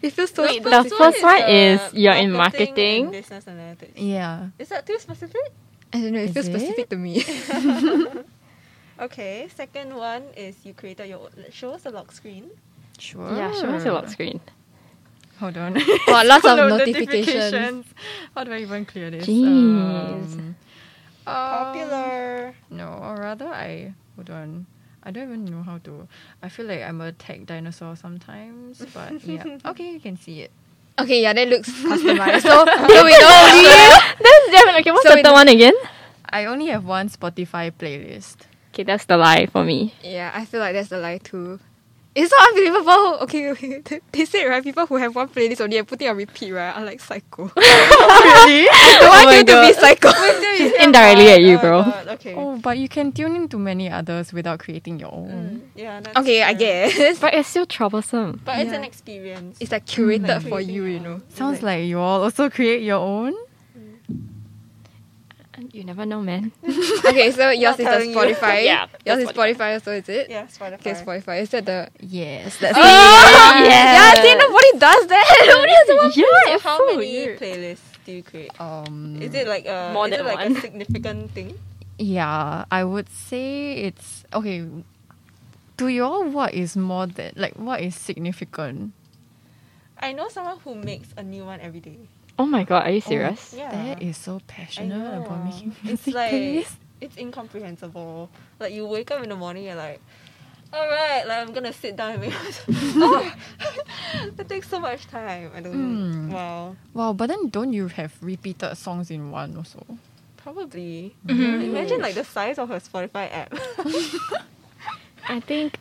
Speaker 3: It feels so
Speaker 4: Wait,
Speaker 3: specific.
Speaker 4: the first one is
Speaker 2: uh,
Speaker 4: you're in
Speaker 2: and
Speaker 4: marketing.
Speaker 2: business analytics.
Speaker 5: Yeah.
Speaker 2: Is that too specific?
Speaker 3: I don't know. It
Speaker 5: Is
Speaker 3: feels
Speaker 5: it?
Speaker 3: specific to me.
Speaker 2: Okay, second one is you created your own. Show us the lock screen.
Speaker 5: Sure.
Speaker 4: Yeah, show us your lock screen.
Speaker 5: Hold on.
Speaker 3: Wow, lots of
Speaker 5: Hello,
Speaker 3: notifications.
Speaker 5: How do I even clear this?
Speaker 4: Jeez.
Speaker 5: Um,
Speaker 2: Popular.
Speaker 5: No, or rather, I hold on. I don't even know how to. I feel like I'm a tech dinosaur sometimes, but yeah. Okay, you can see it.
Speaker 3: Okay, yeah, that looks customized. so, so we know.
Speaker 4: That's definitely okay. What's
Speaker 3: So
Speaker 4: the
Speaker 3: it-
Speaker 4: third one again?
Speaker 5: I only have one Spotify playlist.
Speaker 4: Okay, that's the lie for me.
Speaker 3: yeah, I feel like that's the lie too. It's so unbelievable. Okay, okay. They- They said right, people who have one playlist only and put it on repeat right are like psycho. really? I don't
Speaker 4: Oh
Speaker 3: want
Speaker 4: my
Speaker 3: you to be
Speaker 4: God.
Speaker 3: psycho.
Speaker 4: She's indirectly at Um, you, bro.
Speaker 2: God, okay.
Speaker 5: Oh, but you can tune into many others without creating your own.
Speaker 2: Yeah, that's
Speaker 3: okay, I
Speaker 2: true.
Speaker 3: guess.
Speaker 4: But it's still troublesome.
Speaker 2: But it's
Speaker 5: Yeah.
Speaker 2: an experience.
Speaker 3: It's like curated for you, you know.
Speaker 5: Sounds like you all also create your own.
Speaker 4: You never know, man.
Speaker 3: Okay, so yours is
Speaker 2: telling
Speaker 3: the
Speaker 2: you.
Speaker 3: Spotify.
Speaker 4: Yeah,
Speaker 3: Yours
Speaker 4: the
Speaker 3: is Spotify, so is it?
Speaker 2: yeah, Spotify.
Speaker 3: Okay, Spotify. Is that the
Speaker 5: Yes, that's
Speaker 3: Oh,
Speaker 4: Yes.
Speaker 3: Yeah, see, nobody does that. Nobody has one.
Speaker 4: yeah,
Speaker 2: So
Speaker 4: it's
Speaker 2: how
Speaker 4: so
Speaker 2: many
Speaker 4: weird.
Speaker 2: playlists do you create?
Speaker 5: um.
Speaker 2: Is it like a
Speaker 4: More
Speaker 2: is it
Speaker 4: than
Speaker 2: like a
Speaker 4: one.
Speaker 2: significant thing?
Speaker 5: Yeah, I would say it's okay. To you all, what is more than like what is significant?
Speaker 2: I know someone who makes a new one every day.
Speaker 4: Oh my god, are you serious?
Speaker 2: Yeah.
Speaker 5: That is so passionate about
Speaker 2: know.
Speaker 5: making
Speaker 2: it's
Speaker 5: music
Speaker 2: like
Speaker 5: playlist.
Speaker 2: it's incomprehensible. Like you wake up in the morning, you're like, all right, like I'm gonna sit down and make. oh, that takes so much time. I don't.
Speaker 5: Mm.
Speaker 2: Wow,
Speaker 5: Wow, but then don't you have repeated songs in one also?
Speaker 2: probably.
Speaker 4: Mm-hmm.
Speaker 2: Imagine like the size of her Spotify app.
Speaker 4: I think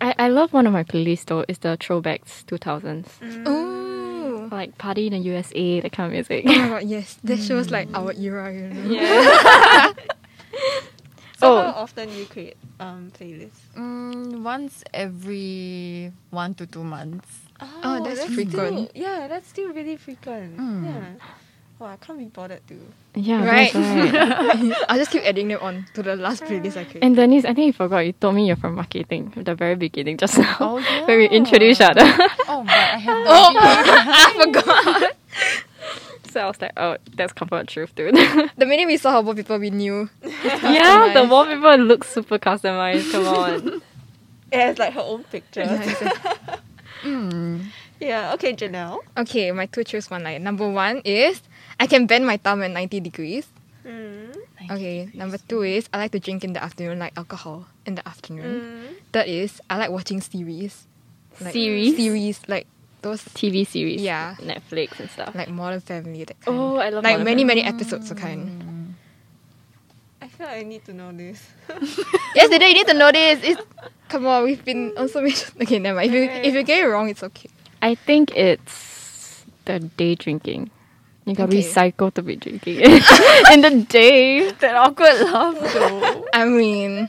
Speaker 4: I, I love one of my playlists though. Is the throwbacks two thousands
Speaker 3: Mm. Ooh.
Speaker 4: like party in the USA that kind of music.
Speaker 3: Oh my god, yes. That shows like our era, you know.
Speaker 4: yeah.
Speaker 2: So
Speaker 4: Oh.
Speaker 2: how often you create um playlists?
Speaker 5: Mm, once every one to two months.
Speaker 3: Oh, that's frequent. Hmm.
Speaker 2: still- yeah, that's still really frequent.
Speaker 5: Mm.
Speaker 2: Yeah. Well, I can't be bothered to.
Speaker 4: Yeah.
Speaker 3: Right.
Speaker 4: that's right.
Speaker 3: I'll just keep adding them on to the last playlist I create.
Speaker 4: and Denise, I think you forgot. You told me you're from marketing from the very beginning just now
Speaker 5: Oh, yeah.
Speaker 4: when we introduced each other.
Speaker 5: Oh, but I have.
Speaker 3: I forgot.
Speaker 4: so I was like, oh, that's comfort truth, dude.
Speaker 3: The minute we saw how both people we knew.
Speaker 4: yeah, the wallpaper looks super customized. Come on.
Speaker 2: It has like her own picture.
Speaker 5: Mm.
Speaker 2: yeah. Okay, Janelle.
Speaker 3: Okay, my two choose one like number one is I can bend my thumb at ninety degrees.
Speaker 2: Mm.
Speaker 3: Okay. Number two is I like to drink in the afternoon, like alcohol in the afternoon. Third is I like watching series. Like,
Speaker 4: Mm. Series?
Speaker 3: Series like those
Speaker 4: TV series.
Speaker 3: Yeah.
Speaker 4: Netflix and stuff.
Speaker 3: like Modern Family that kind.
Speaker 4: oh, I love
Speaker 3: like
Speaker 4: Modern
Speaker 3: many many
Speaker 4: Family.
Speaker 3: episodes of kind.
Speaker 2: I feel like I need to know this.
Speaker 3: yes, Dada, you need to know this. It's, come on, we've been on so many. Okay, never mind. If you if you get it wrong, it's okay.
Speaker 4: I think it's the day drinking. You gotta be
Speaker 3: Okay.
Speaker 4: psycho to be drinking in the day.
Speaker 5: That awkward laugh though.
Speaker 3: I mean,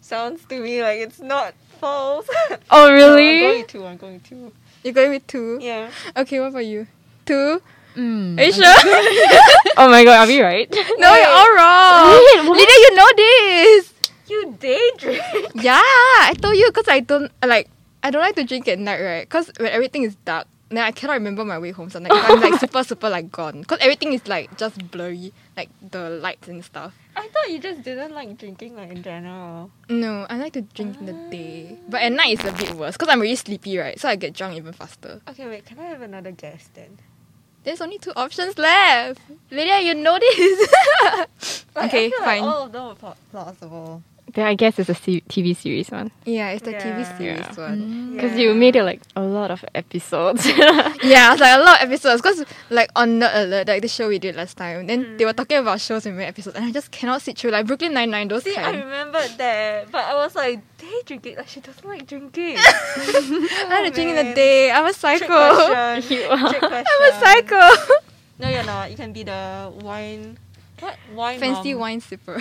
Speaker 2: Sounds to me like it's not false.
Speaker 4: Oh
Speaker 2: I'm
Speaker 4: really?
Speaker 2: going to. I'm going to.
Speaker 3: you're going with two.
Speaker 2: Yeah.
Speaker 3: Okay, what about you? Two.
Speaker 5: mm.
Speaker 3: Are you sure?
Speaker 4: oh my god, are we right?
Speaker 3: no, you're all wrong.
Speaker 4: Wait, what?
Speaker 3: Lydia, you know this.
Speaker 2: You daydream.
Speaker 3: Yeah, I told you because I don't like. I don't like to drink at night, right? Because when everything is dark, then I cannot remember my way home. So like, I'm like super, super like gone. Because everything is like just blurry, like the lights and stuff.
Speaker 2: I thought you just didn't like drinking like in general.
Speaker 3: No, I like to drink in the day, but at night it's a bit worse because I'm really sleepy, right? So I get drunk even faster.
Speaker 2: Okay, wait. Can I have another guess then?
Speaker 3: There's only two options left. Lydia, you know this.
Speaker 2: Like, I
Speaker 3: okay,
Speaker 2: feel
Speaker 3: fine.
Speaker 2: Like all of them are pla- plausible.
Speaker 4: then I guess it's a se- TV series one
Speaker 3: yeah, it's the
Speaker 2: Yeah. Mm.
Speaker 3: TV series
Speaker 4: Yeah.
Speaker 3: one.
Speaker 4: because you made it like a lot of episodes.
Speaker 3: Yeah, it's like a lot of episodes because like on Nerd Alert, like the show we did last time, then they
Speaker 2: Mm.
Speaker 3: were talking about shows in many episodes, and I just cannot sit through like Brooklyn Nine Nine those
Speaker 2: See, I
Speaker 3: kind.
Speaker 2: remembered that, but I was like, day drinking. Like she doesn't like drinking.
Speaker 3: I like to drink in the
Speaker 2: man.
Speaker 3: day. I'm a
Speaker 2: Trick
Speaker 3: psycho.
Speaker 2: question.
Speaker 4: You are.
Speaker 2: Trick question.
Speaker 3: I'm a psycho.
Speaker 2: No, you're not. You can be the wine. What wine?
Speaker 3: Fancy
Speaker 2: mom.
Speaker 3: wine sipper.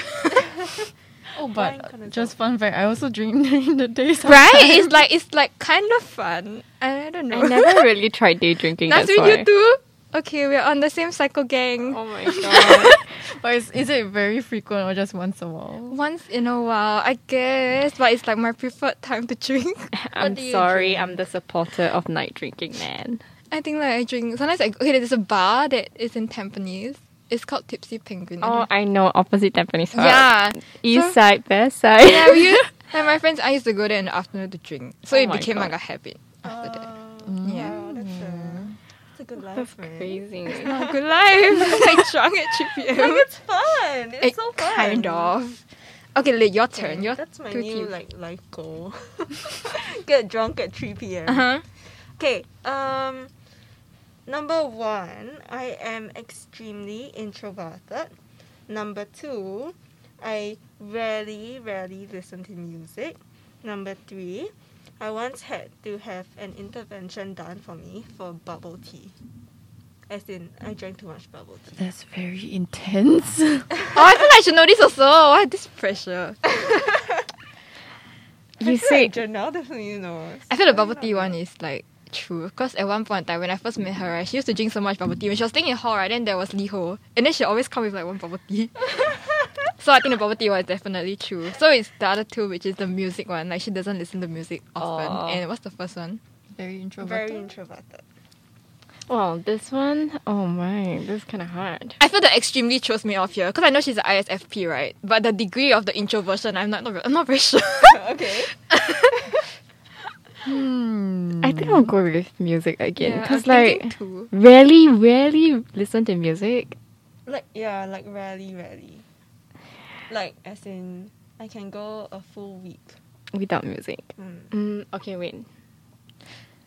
Speaker 5: Oh,
Speaker 2: Wine kinda
Speaker 5: but just fun fact, I also drink during the day.
Speaker 3: right?
Speaker 5: sometimes.
Speaker 3: It's like it's like kind of fun. I don't know.
Speaker 4: I never really tried day drinking.
Speaker 3: nice
Speaker 4: That's,
Speaker 3: to meet
Speaker 4: why.
Speaker 3: you too. Okay, we're on the same psycho gang.
Speaker 4: Oh my god.
Speaker 5: But is, is it very frequent or just once a while?
Speaker 3: Once in a while, I guess, but it's like my preferred time to drink.
Speaker 4: I'm
Speaker 2: do you
Speaker 4: sorry. I'm the supporter of night drinking, man.
Speaker 3: I think like I drink sometimes. I, okay, there's a bar that is in Tampines. It's called Tipsy Penguin.
Speaker 4: Oh, I know. Opposite Tampines. Hub.
Speaker 3: yeah,
Speaker 4: East
Speaker 3: So-
Speaker 4: side, best side.
Speaker 3: yeah. We used, like my friends, I used to go there in the afternoon to drink, so
Speaker 4: Oh
Speaker 3: it
Speaker 4: my
Speaker 3: became
Speaker 4: God.
Speaker 3: like a habit after that.
Speaker 2: Oh,
Speaker 3: Yeah.
Speaker 2: wow, that's a, that's a good life,
Speaker 4: That's
Speaker 2: man.
Speaker 4: crazy.
Speaker 3: Oh, good life. like drunk at three
Speaker 2: Like
Speaker 3: p.m.
Speaker 2: it's fun. It's
Speaker 3: It
Speaker 2: so fun.
Speaker 3: kind of. Okay, Lee, your turn. Your
Speaker 2: That's my
Speaker 3: two
Speaker 2: new
Speaker 3: teams.
Speaker 2: like life goal. Get drunk at three p.m.
Speaker 3: Uh-huh.
Speaker 2: Okay. Um, number one, I am extremely introverted. Number two, I rarely, rarely listen to music. Number three, I once had to have an intervention done for me for bubble tea. As in, I drank too much bubble tea.
Speaker 5: That's very intense.
Speaker 3: Oh, I feel like I should know this also. Why this pressure?
Speaker 4: You
Speaker 2: I feel like
Speaker 4: said
Speaker 2: Janelle definitely knows.
Speaker 3: I feel the bubble tea one is like true. Because at one point in time, when I first met her, right, she used to drink so much bubble tea. When she was staying in hall, right, then there was Liho. And then she always come with like one bubble tea. so I think the bubble tea one is definitely true. So it's the other two, which is the music one. Like she doesn't listen to music often.
Speaker 4: Aw.
Speaker 3: And what's the first one?
Speaker 5: very introverted.
Speaker 2: Very introverted.
Speaker 4: Well, this one, oh my, this is kind of hard.
Speaker 3: I feel that extremely throws me off here. Because I know she's an ISFP, right? But the degree of the introversion, I'm not, not I'm not very sure.
Speaker 2: okay.
Speaker 5: Hmm.
Speaker 4: I think I'll go with music again.
Speaker 3: I'm
Speaker 4: Because,
Speaker 3: thinking
Speaker 4: like,
Speaker 3: two.
Speaker 4: rarely, rarely listen to music.
Speaker 2: Like yeah, like rarely, rarely. Like as in, I can go a full week.
Speaker 4: without music. Mm, okay, wait.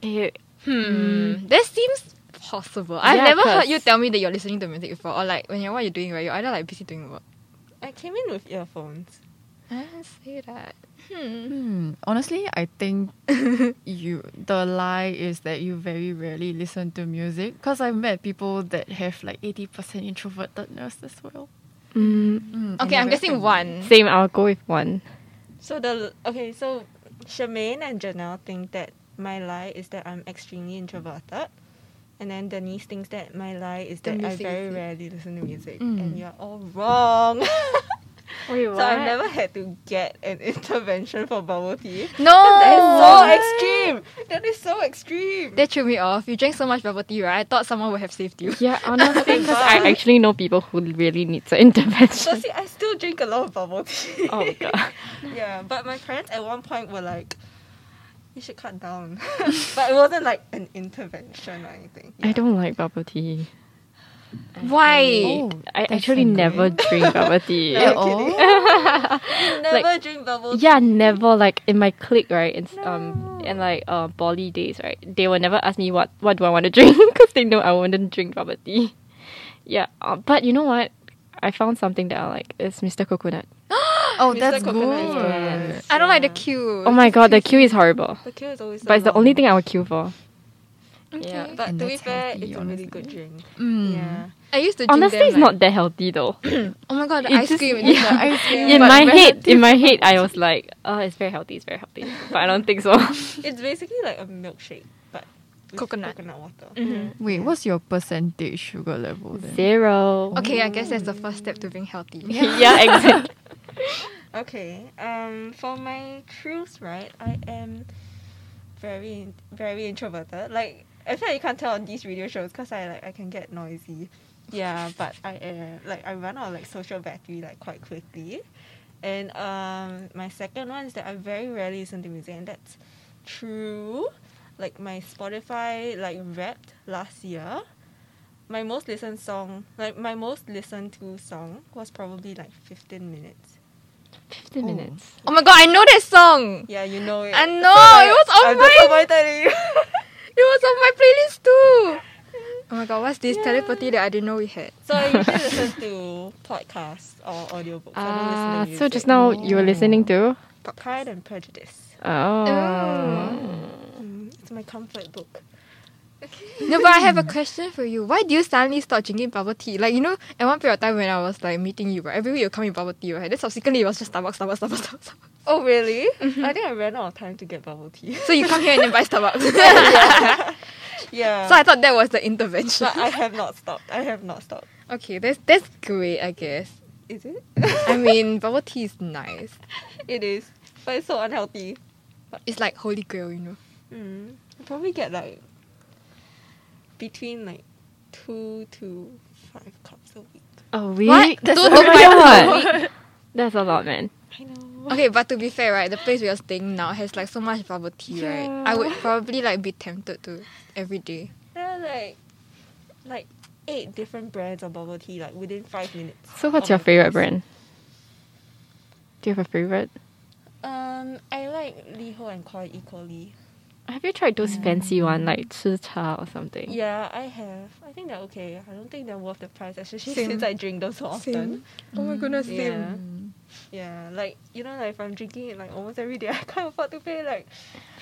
Speaker 4: Eh, hmm. That seems possible.
Speaker 3: I've
Speaker 4: Yeah,
Speaker 3: never heard
Speaker 4: 'cause-
Speaker 3: you tell me that you're listening to music before, or like when you're what you're doing, right? You're either like busy doing work.
Speaker 2: I came in with earphones.
Speaker 3: I say that.
Speaker 5: Hmm. Honestly, I think you the lie is that you very rarely listen to music because I've met people that have like eighty percent introvertedness as well.
Speaker 4: Mm,
Speaker 5: Hmm, and
Speaker 3: Okay, I'm
Speaker 5: the rest
Speaker 3: guessing
Speaker 5: of-
Speaker 3: one.
Speaker 4: same. I'll go with one.
Speaker 2: So the okay, so Charmaine and Janelle think that my lie is that I'm extremely introverted, and then Denise thinks that my lie is
Speaker 3: The
Speaker 2: that I
Speaker 3: music
Speaker 2: very
Speaker 3: is it.
Speaker 2: rarely listen to music,
Speaker 5: Mm.
Speaker 2: and you're all wrong.
Speaker 4: Wait,
Speaker 2: so I've never had to get an intervention for bubble tea.
Speaker 3: No,
Speaker 2: That is so extreme. That is so extreme.
Speaker 3: that threw me off. You drank so much bubble tea, right? I thought someone would have saved you.
Speaker 4: Yeah, honestly, because I actually know people who really needs an intervention.
Speaker 2: So see, I still drink a lot of bubble tea.
Speaker 4: oh my god.
Speaker 2: Yeah, but my parents at one point were like, "You should cut down," but it wasn't like an intervention or anything.
Speaker 4: I don't like bubble tea.
Speaker 3: Why?
Speaker 5: Oh,
Speaker 4: I
Speaker 5: that's
Speaker 4: actually
Speaker 5: angry.
Speaker 4: never drink bubble tea.
Speaker 5: At all?
Speaker 2: You never drink bubble tea.
Speaker 4: Yeah, never like in my clique, right? And um and like uh poly days, right? They will never ask me what what do I want to drink because they know I wouldn't drink bubble tea. Yeah, uh, but you know what? I found something that I like. It's Mr. Coconut.
Speaker 5: Oh,
Speaker 2: Mr.
Speaker 5: that's good.
Speaker 2: Coconut is
Speaker 4: Yes.
Speaker 3: I don't like the
Speaker 2: Yeah.
Speaker 3: queue.
Speaker 4: Oh my god, the queue is horrible,
Speaker 2: The queue is always. so
Speaker 4: but it's the
Speaker 2: long.
Speaker 4: only thing I would queue for. Yeah.
Speaker 2: But
Speaker 5: And
Speaker 2: to be
Speaker 5: that's
Speaker 2: fair,
Speaker 5: healthy,
Speaker 2: it's a really good
Speaker 5: honestly.
Speaker 2: drink.
Speaker 5: Mm.
Speaker 2: Yeah.
Speaker 3: I used to drink
Speaker 4: Honestly,
Speaker 3: them,
Speaker 4: it's
Speaker 3: like-
Speaker 4: not that healthy though.
Speaker 3: Oh my god, the
Speaker 4: It
Speaker 3: ice
Speaker 4: just-
Speaker 3: cream.
Speaker 4: yeah.
Speaker 3: Yeah.
Speaker 5: I see,
Speaker 4: in
Speaker 5: but
Speaker 4: my head,
Speaker 5: relative-
Speaker 4: in my head, I was like, oh, it's very healthy, it's very healthy. But I don't think so.
Speaker 2: It's basically like a milkshake, but with
Speaker 3: Coconut. Mm-hmm.
Speaker 2: coconut water.
Speaker 5: Wait, what's your percentage sugar level then?
Speaker 4: Zero.
Speaker 3: Okay, I guess that's the first step to being healthy.
Speaker 4: yeah, exactly.
Speaker 2: Okay. Um, for my truths, right? I am very, very introverted. Like I feel like you can't tell on these radio shows because I like I can get noisy. Yeah, but I am like I run out of like social battery like quite quickly. And um, my second one is that I very rarely listen to music, and that's true. Like my Spotify like Wrapped last year, my most listened song, like my most listened to song, was probably like fifteen minutes.
Speaker 4: Fifteen minutes.
Speaker 3: Oh my god, I know that song.
Speaker 2: Yeah, you know it.
Speaker 3: I know,
Speaker 2: like,
Speaker 3: it was on
Speaker 2: I'm
Speaker 3: my-
Speaker 2: disappointed in you.
Speaker 3: It was on my playlist too. Oh my god, what's this telepathy that I didn't know we had?
Speaker 2: so I usually listen to podcasts or audiobooks. I don't listen to
Speaker 4: Ah,
Speaker 2: music.
Speaker 4: so just now you were listening to?
Speaker 2: Pride and Prejudice.
Speaker 4: Oh.
Speaker 2: Mm, it's my comfort book.
Speaker 3: No, but I have a question for you. Why do you suddenly start drinking bubble tea? Like you know, at one period of time when I was like meeting you, right? Every week you come with bubble tea, right? Then subsequently it was just Starbucks, Starbucks, Starbucks, Starbucks. Starbucks.
Speaker 2: Oh really? I think I ran out of time to get bubble tea.
Speaker 3: So you come here and then buy Starbucks. so
Speaker 2: yeah.
Speaker 3: I thought that was the intervention.
Speaker 2: but I have not stopped. I have not stopped.
Speaker 3: Okay, that's that's great, I guess.
Speaker 2: Is it?
Speaker 3: I mean, bubble tea is nice.
Speaker 2: it is. But it's so unhealthy.
Speaker 3: It's like holy grail, you know.
Speaker 2: Mm. I probably get like between like two to five cups a week.
Speaker 4: Oh. A
Speaker 3: That's
Speaker 4: week? That's,
Speaker 3: a lot.
Speaker 4: That's a lot, man.
Speaker 2: I know.
Speaker 3: Okay, but to be fair, right, the place we are staying now has like so much bubble tea, right? I would probably like be tempted to every day.
Speaker 2: There are like like eight different brands of bubble tea like within five minutes.
Speaker 4: So what's
Speaker 2: of
Speaker 4: your
Speaker 2: Oh my
Speaker 4: favorite
Speaker 2: first-
Speaker 4: brand? Do you have a favorite?
Speaker 2: Um, I like Liho and Koi equally.
Speaker 4: Have you tried those fancy one like Chicha or something?
Speaker 2: Yeah, I have. I think they're okay. I don't think they're worth the price, especially
Speaker 3: Same.
Speaker 2: since I drink them so often. Mm,
Speaker 3: Oh my goodness,
Speaker 2: Yeah. Yeah, like you know, like if I'm drinking it like almost every day, I can't afford to pay. Like,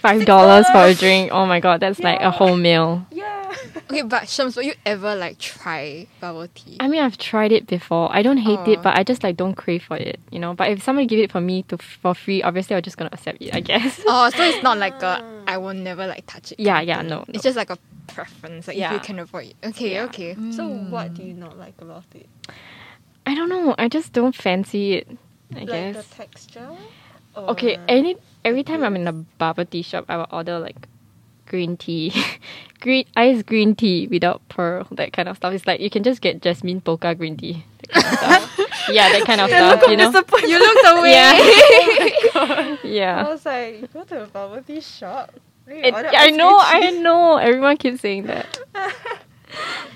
Speaker 4: Five dollars for a drink. Oh my god, that's like a
Speaker 2: Yeah.
Speaker 4: whole meal.
Speaker 2: yeah,
Speaker 3: Okay, but Shams, will you ever like try bubble tea?
Speaker 4: I mean, I've tried it before. I don't hate
Speaker 3: Aw.
Speaker 2: Oh.
Speaker 4: it, but I just like don't crave for it, you know. But if somebody give it for me to for free, obviously I'm just gonna accept it, I guess.
Speaker 3: Oh, so it's not like a I will never like touch it.
Speaker 4: yeah,
Speaker 3: kind of
Speaker 4: yeah,
Speaker 3: thing.
Speaker 4: no. no.
Speaker 3: It's just like a preference. Like if
Speaker 4: Yeah.
Speaker 3: you can avoid it. Okay,
Speaker 4: Yeah.
Speaker 3: okay.
Speaker 2: So
Speaker 3: Mm.
Speaker 2: what do you not like about it?
Speaker 4: I don't know. I just don't fancy it. I
Speaker 2: like
Speaker 4: guess.
Speaker 2: the texture. Or
Speaker 4: Okay, any every time I'm in a bubble tea shop, I will order like green tea, green ice green tea without pearl, that kind of stuff. It's like you can just get jasmine polka green tea. That kind of stuff. yeah, that kind of stuff. You know.
Speaker 3: You looked away.
Speaker 2: I
Speaker 4: Yeah.
Speaker 2: was like, you go to a bubble tea shop. then you
Speaker 4: It,
Speaker 2: Oh, order
Speaker 4: I
Speaker 2: ice
Speaker 4: know.
Speaker 2: cream
Speaker 4: I know. Everyone keeps saying that.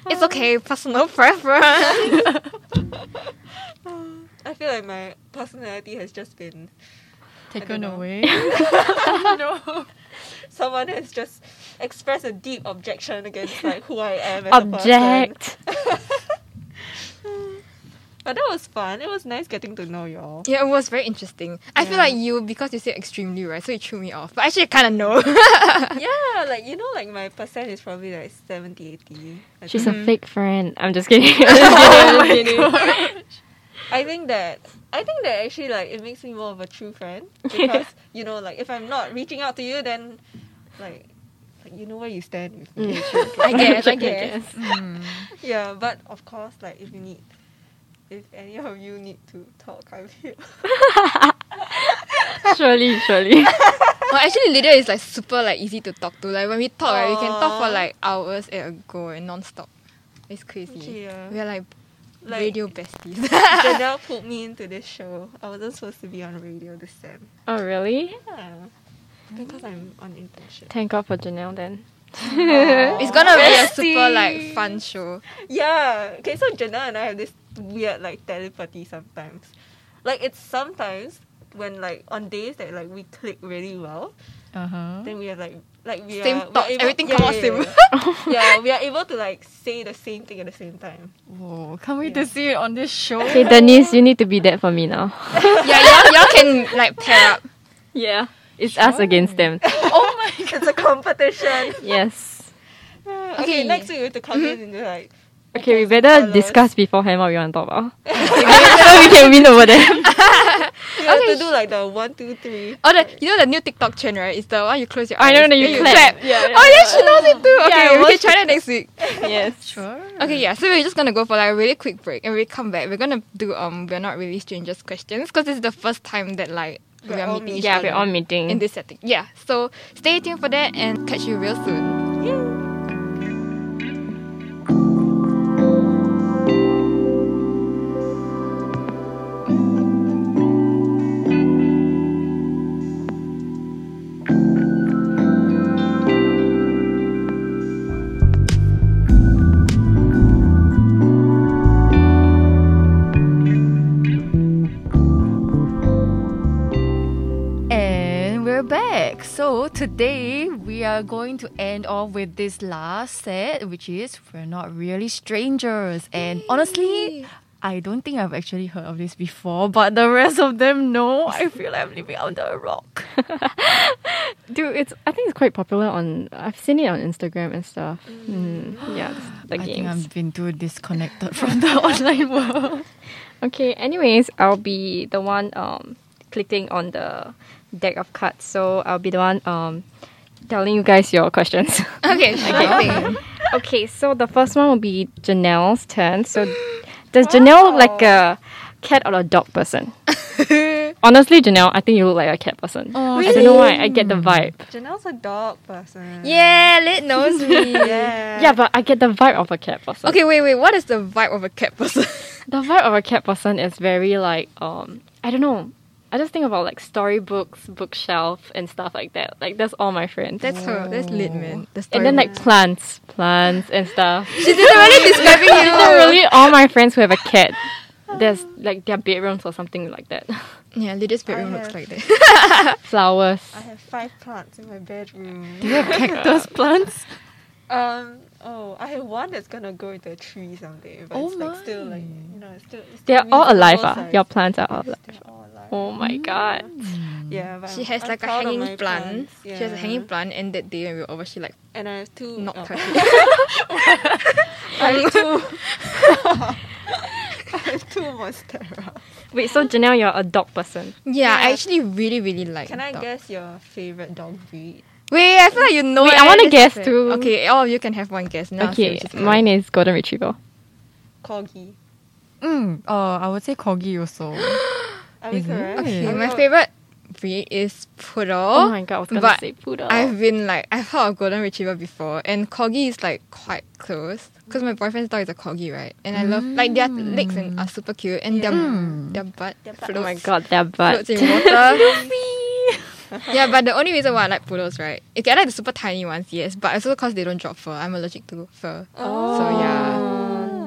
Speaker 3: It's okay, personal preference.
Speaker 2: I feel like my personality has just been
Speaker 5: taken
Speaker 2: I don't know.
Speaker 5: away.
Speaker 2: Someone has just expressed a deep objection against like who I am as a person.
Speaker 4: Object.
Speaker 2: But that was fun. It was nice getting to know y'all.
Speaker 3: Yeah, it was very interesting. I feel
Speaker 2: Yeah.
Speaker 3: like you because you said extremely right, so you threw me off. But actually, I kind of know.
Speaker 2: yeah, like you know, like my percent is probably like 70, 80. I
Speaker 4: She's
Speaker 2: think.
Speaker 4: a fake friend. I'm just kidding. I'm just kidding, I'm just kidding.
Speaker 2: I think that I think that actually like it makes me more of a true friend because you know like if I'm not reaching out to you then like like you know where you stand with me.
Speaker 4: Mm,
Speaker 3: Mm. I guess, I
Speaker 4: Check,
Speaker 3: guess.
Speaker 5: Mm.
Speaker 2: Yeah, but of course like if you need if any of you need to talk I'm here.
Speaker 4: Surely, surely.
Speaker 3: well, actually, Lydia is like super like easy to talk to. Like when we talk, right, we can talk for
Speaker 2: Aw.
Speaker 3: like hours at a go and non-stop. It's crazy.
Speaker 2: Yeah.
Speaker 3: We're like,
Speaker 2: Like
Speaker 3: radio besties.
Speaker 2: Janelle pulled me into this show. I wasn't supposed to be on radio this time.
Speaker 4: Oh, really?
Speaker 2: Yeah. Because I'm on internship.
Speaker 4: Thank God for Janelle then.
Speaker 3: it's gonna be a super like fun show.
Speaker 2: Yeah. Okay, so Jenna and I have this weird like telepathy sometimes. Like it's sometimes when like on days that like we click really well,
Speaker 5: Uh huh.
Speaker 2: then we have like like we
Speaker 3: Hmm? Same
Speaker 2: are,
Speaker 3: thoughts,
Speaker 2: we are able,
Speaker 3: everything
Speaker 2: yeah,
Speaker 3: come out
Speaker 2: yeah,
Speaker 3: same.
Speaker 2: Yeah, yeah, we are able to like say the same thing at the same time.
Speaker 5: Whoa, can't wait
Speaker 2: Yeah.
Speaker 5: to see it on this show.
Speaker 4: Okay, Denise, you need to be there for me now.
Speaker 3: yeah, y'all, y'all can like pair up.
Speaker 4: Yeah. It's us
Speaker 5: Sure.
Speaker 4: against them.
Speaker 5: oh my god.
Speaker 2: It's a competition.
Speaker 4: Yes.
Speaker 2: okay,
Speaker 3: Okay. Mm-hmm.
Speaker 2: next week we have to come in into like
Speaker 4: Okay, we
Speaker 2: Okay,
Speaker 4: better
Speaker 2: colours.
Speaker 4: discuss beforehand what we want to talk about. so we can win over them.
Speaker 2: we have
Speaker 3: Okay,
Speaker 2: to do like the one, two, three.
Speaker 3: Oh, the, you know the new TikTok trend, right? It's the one you close your
Speaker 4: I
Speaker 3: eyes.
Speaker 4: know that you
Speaker 3: then
Speaker 4: clap. Yeah, yeah.
Speaker 3: Oh yeah, she knows it too. Okay,
Speaker 4: Yeah,
Speaker 3: we can
Speaker 4: watch
Speaker 3: try that next week.
Speaker 4: Yes.
Speaker 5: Sure.
Speaker 3: Okay, yeah. So we're just gonna go for like a really quick break, and when we come back, we're gonna do um, we're not really strangers questions because this is the first time that like
Speaker 2: We're
Speaker 3: we are
Speaker 2: all
Speaker 3: meeting each
Speaker 4: Yeah,
Speaker 3: other
Speaker 4: we're all meeting.
Speaker 3: in this setting. Yeah. So stay tuned for that, and catch you real soon.
Speaker 5: And we're back. So today we are going to end off with this last set, which is We're Not Really Strangers. And honestly, I don't think I've actually heard of this before, but the rest of them know. I feel I'm living under a rock.
Speaker 4: Dude, it's I think it's quite popular on I've seen it on Instagram and stuff. Mm. Yeah, the
Speaker 5: I think
Speaker 4: games.
Speaker 5: I've been too disconnected from the online world.
Speaker 4: Okay, anyways, I'll be the one um clicking on the deck of cards. So I'll be the one um telling you guys your questions.
Speaker 3: Okay, sure thing.
Speaker 4: okay, so the first one will be Janelle's turn. So does Janelle like a cat or a dog person? Honestly, Janelle, I think you look like a cat person. I don't know why. I get the vibe.
Speaker 2: Janelle's a dog person.
Speaker 3: Yeah, Lit knows me.
Speaker 2: Yeah.
Speaker 4: Yeah, but I get the vibe of a cat person.
Speaker 3: Okay, wait, wait. What is the vibe of a cat person?
Speaker 4: The vibe of a cat person is very like um I don't know. I just think about like storybooks, bookshelf and stuff like that. Like that's all my friends.
Speaker 3: That's her. That's lit, man. The
Speaker 4: and then like plants, plants and stuff.
Speaker 3: she's literally describing you.
Speaker 4: Literally all my friends who have a cat. There's like their bedrooms or something like that.
Speaker 3: Yeah, Lydia's bedroom
Speaker 2: I
Speaker 3: looks
Speaker 2: have-
Speaker 3: like that.
Speaker 4: Flowers.
Speaker 2: I have five plants in my bedroom.
Speaker 5: You have cactus plants?
Speaker 2: Um. Oh, I have one that's gonna go into a tree someday, but
Speaker 5: Oh
Speaker 2: it's like still like you know, it's still. It's still
Speaker 4: They're all alive,
Speaker 2: reasonable
Speaker 4: ah.
Speaker 2: size.
Speaker 4: Your plants are all alive.
Speaker 2: They're all alive.
Speaker 4: Oh my god.
Speaker 2: Yeah, but
Speaker 3: Mm. She
Speaker 2: I'm-
Speaker 3: has
Speaker 2: I'm
Speaker 3: like a
Speaker 2: proud of
Speaker 3: hanging
Speaker 2: my
Speaker 3: plant.
Speaker 2: plants,
Speaker 3: She has a
Speaker 2: yeah.
Speaker 3: hanging plant, and that day when we were over, she like
Speaker 2: And I have two.
Speaker 3: not
Speaker 2: oh,
Speaker 3: touch it.
Speaker 2: I have two. I have two monstera.
Speaker 4: Wait, so Janelle you're a dog person.
Speaker 3: Yeah, I
Speaker 2: Yeah.
Speaker 3: actually really, really like.
Speaker 2: Can I
Speaker 3: dog.
Speaker 2: guess your favorite dog breed?
Speaker 3: Wait, I feel like you know.
Speaker 4: Wait,
Speaker 3: it.
Speaker 4: I wanna
Speaker 3: This is
Speaker 4: guess
Speaker 3: it.
Speaker 4: too.
Speaker 3: Okay, all of you can have one guess now.
Speaker 4: okay. Mine is Golden Retriever.
Speaker 2: Corgi.
Speaker 5: Mm, uh, I would say corgi also.
Speaker 2: Are we
Speaker 4: Mm-hmm.
Speaker 5: Is it?
Speaker 2: correct?
Speaker 5: Okay,
Speaker 2: Are
Speaker 3: Okay,
Speaker 2: we
Speaker 3: my
Speaker 2: all-
Speaker 3: favorite breed is poodle.
Speaker 4: Oh, my god, I was gonna
Speaker 3: but
Speaker 4: say poodle.
Speaker 3: I've been like I've heard of golden retriever before, and corgi is like quite close because my boyfriend's dog is a corgi, right? And I love like their legs and are super cute, and their their butt.
Speaker 2: Mm. Their butt.
Speaker 3: floats-
Speaker 4: Mm. oh my god, they're bad.
Speaker 3: floats in water. yeah, but the only reason why I like poodles, right? Okay, I like the super tiny ones, yes, but also because they don't drop fur. I'm allergic to fur.
Speaker 2: Oh.
Speaker 3: So yeah.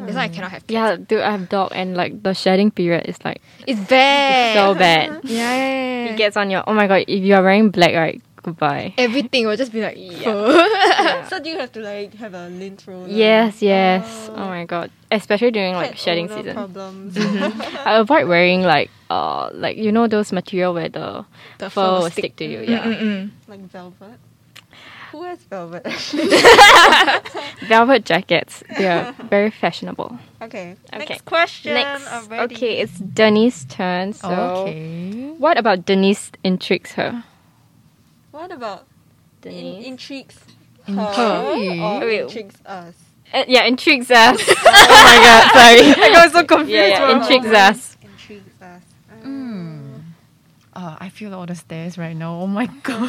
Speaker 3: That's why I cannot have kids.
Speaker 4: Yeah, dude, I have dog and like the shedding period is like
Speaker 3: It's bad.
Speaker 4: so bad.
Speaker 3: Yeah, yeah, yeah.
Speaker 4: It gets on your oh my god, if you are wearing black, right, goodbye.
Speaker 3: Everything will just be like,
Speaker 4: Yeah.
Speaker 2: So do you have to like have a lint roller?
Speaker 4: Yes, yes. Oh my god. Especially during like
Speaker 2: Pet
Speaker 4: shedding
Speaker 2: owner
Speaker 4: season.
Speaker 2: Problems.
Speaker 3: Mm-hmm.
Speaker 4: I avoid wearing like uh like you know those material where the,
Speaker 3: The
Speaker 4: fur will stick. to you, yeah.
Speaker 3: Mm-mm.
Speaker 2: like velvet. Who has velvet?
Speaker 4: Velvet jackets. They are very fashionable.
Speaker 2: okay.
Speaker 4: Okay.
Speaker 2: Next question.
Speaker 4: Next
Speaker 2: already.
Speaker 4: Okay, it's Denise's turn. So
Speaker 5: okay.
Speaker 4: what about Denise intrigues her?
Speaker 2: What about in-
Speaker 4: Denise.
Speaker 2: intrigues
Speaker 5: Her.
Speaker 2: her or
Speaker 4: Wait.
Speaker 2: intrigues us?
Speaker 4: Uh, yeah, intrigues us. oh my god, sorry.
Speaker 5: I got so confused.
Speaker 4: yeah, yeah,
Speaker 5: for a
Speaker 4: intrigues
Speaker 5: moment.
Speaker 4: us.
Speaker 2: Intrigues us.
Speaker 5: Mm. Uh, I feel all the stares right now. Oh my god.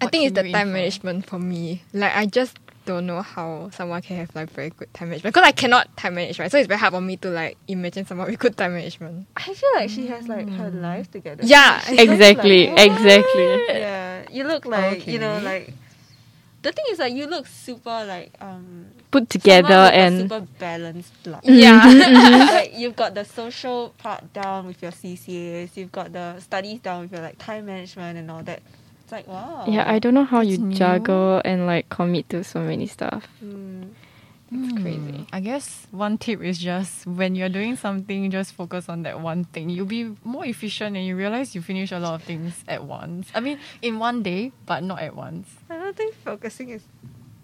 Speaker 3: I
Speaker 5: What
Speaker 3: think it's
Speaker 5: should
Speaker 3: the
Speaker 5: we
Speaker 3: time
Speaker 5: aim for?
Speaker 3: management for me. Like I just don't know how someone can have like very good time management because I cannot time manage right. So it's very hard for me to like imagine someone with good time management.
Speaker 2: I feel like she has like her
Speaker 4: Hmm.
Speaker 2: life together.
Speaker 3: Yeah,
Speaker 2: She looks
Speaker 4: Exactly,
Speaker 2: like-
Speaker 4: exactly.
Speaker 2: yeah, you look like you know
Speaker 5: Okay.
Speaker 2: like. The thing is like you look super like um
Speaker 4: Put
Speaker 2: someone
Speaker 4: together
Speaker 2: with a
Speaker 4: and Mm-hmm.
Speaker 2: super balanced life.
Speaker 3: Yeah,
Speaker 2: like you've got the social part down with your CCAs, you've got the studies down with your like time management and all that. It's like wow.
Speaker 4: Yeah, I don't know how you
Speaker 5: That's new.
Speaker 4: juggle and like commit to so many stuff.
Speaker 2: Mm.
Speaker 4: It's
Speaker 5: Hmm.
Speaker 4: crazy.
Speaker 5: I guess one tip is just when you're doing something, just focus on that one thing. You'll be more efficient and you realize you finish a lot of things at once. I mean, in one day, but not at once.
Speaker 2: I don't think focusing is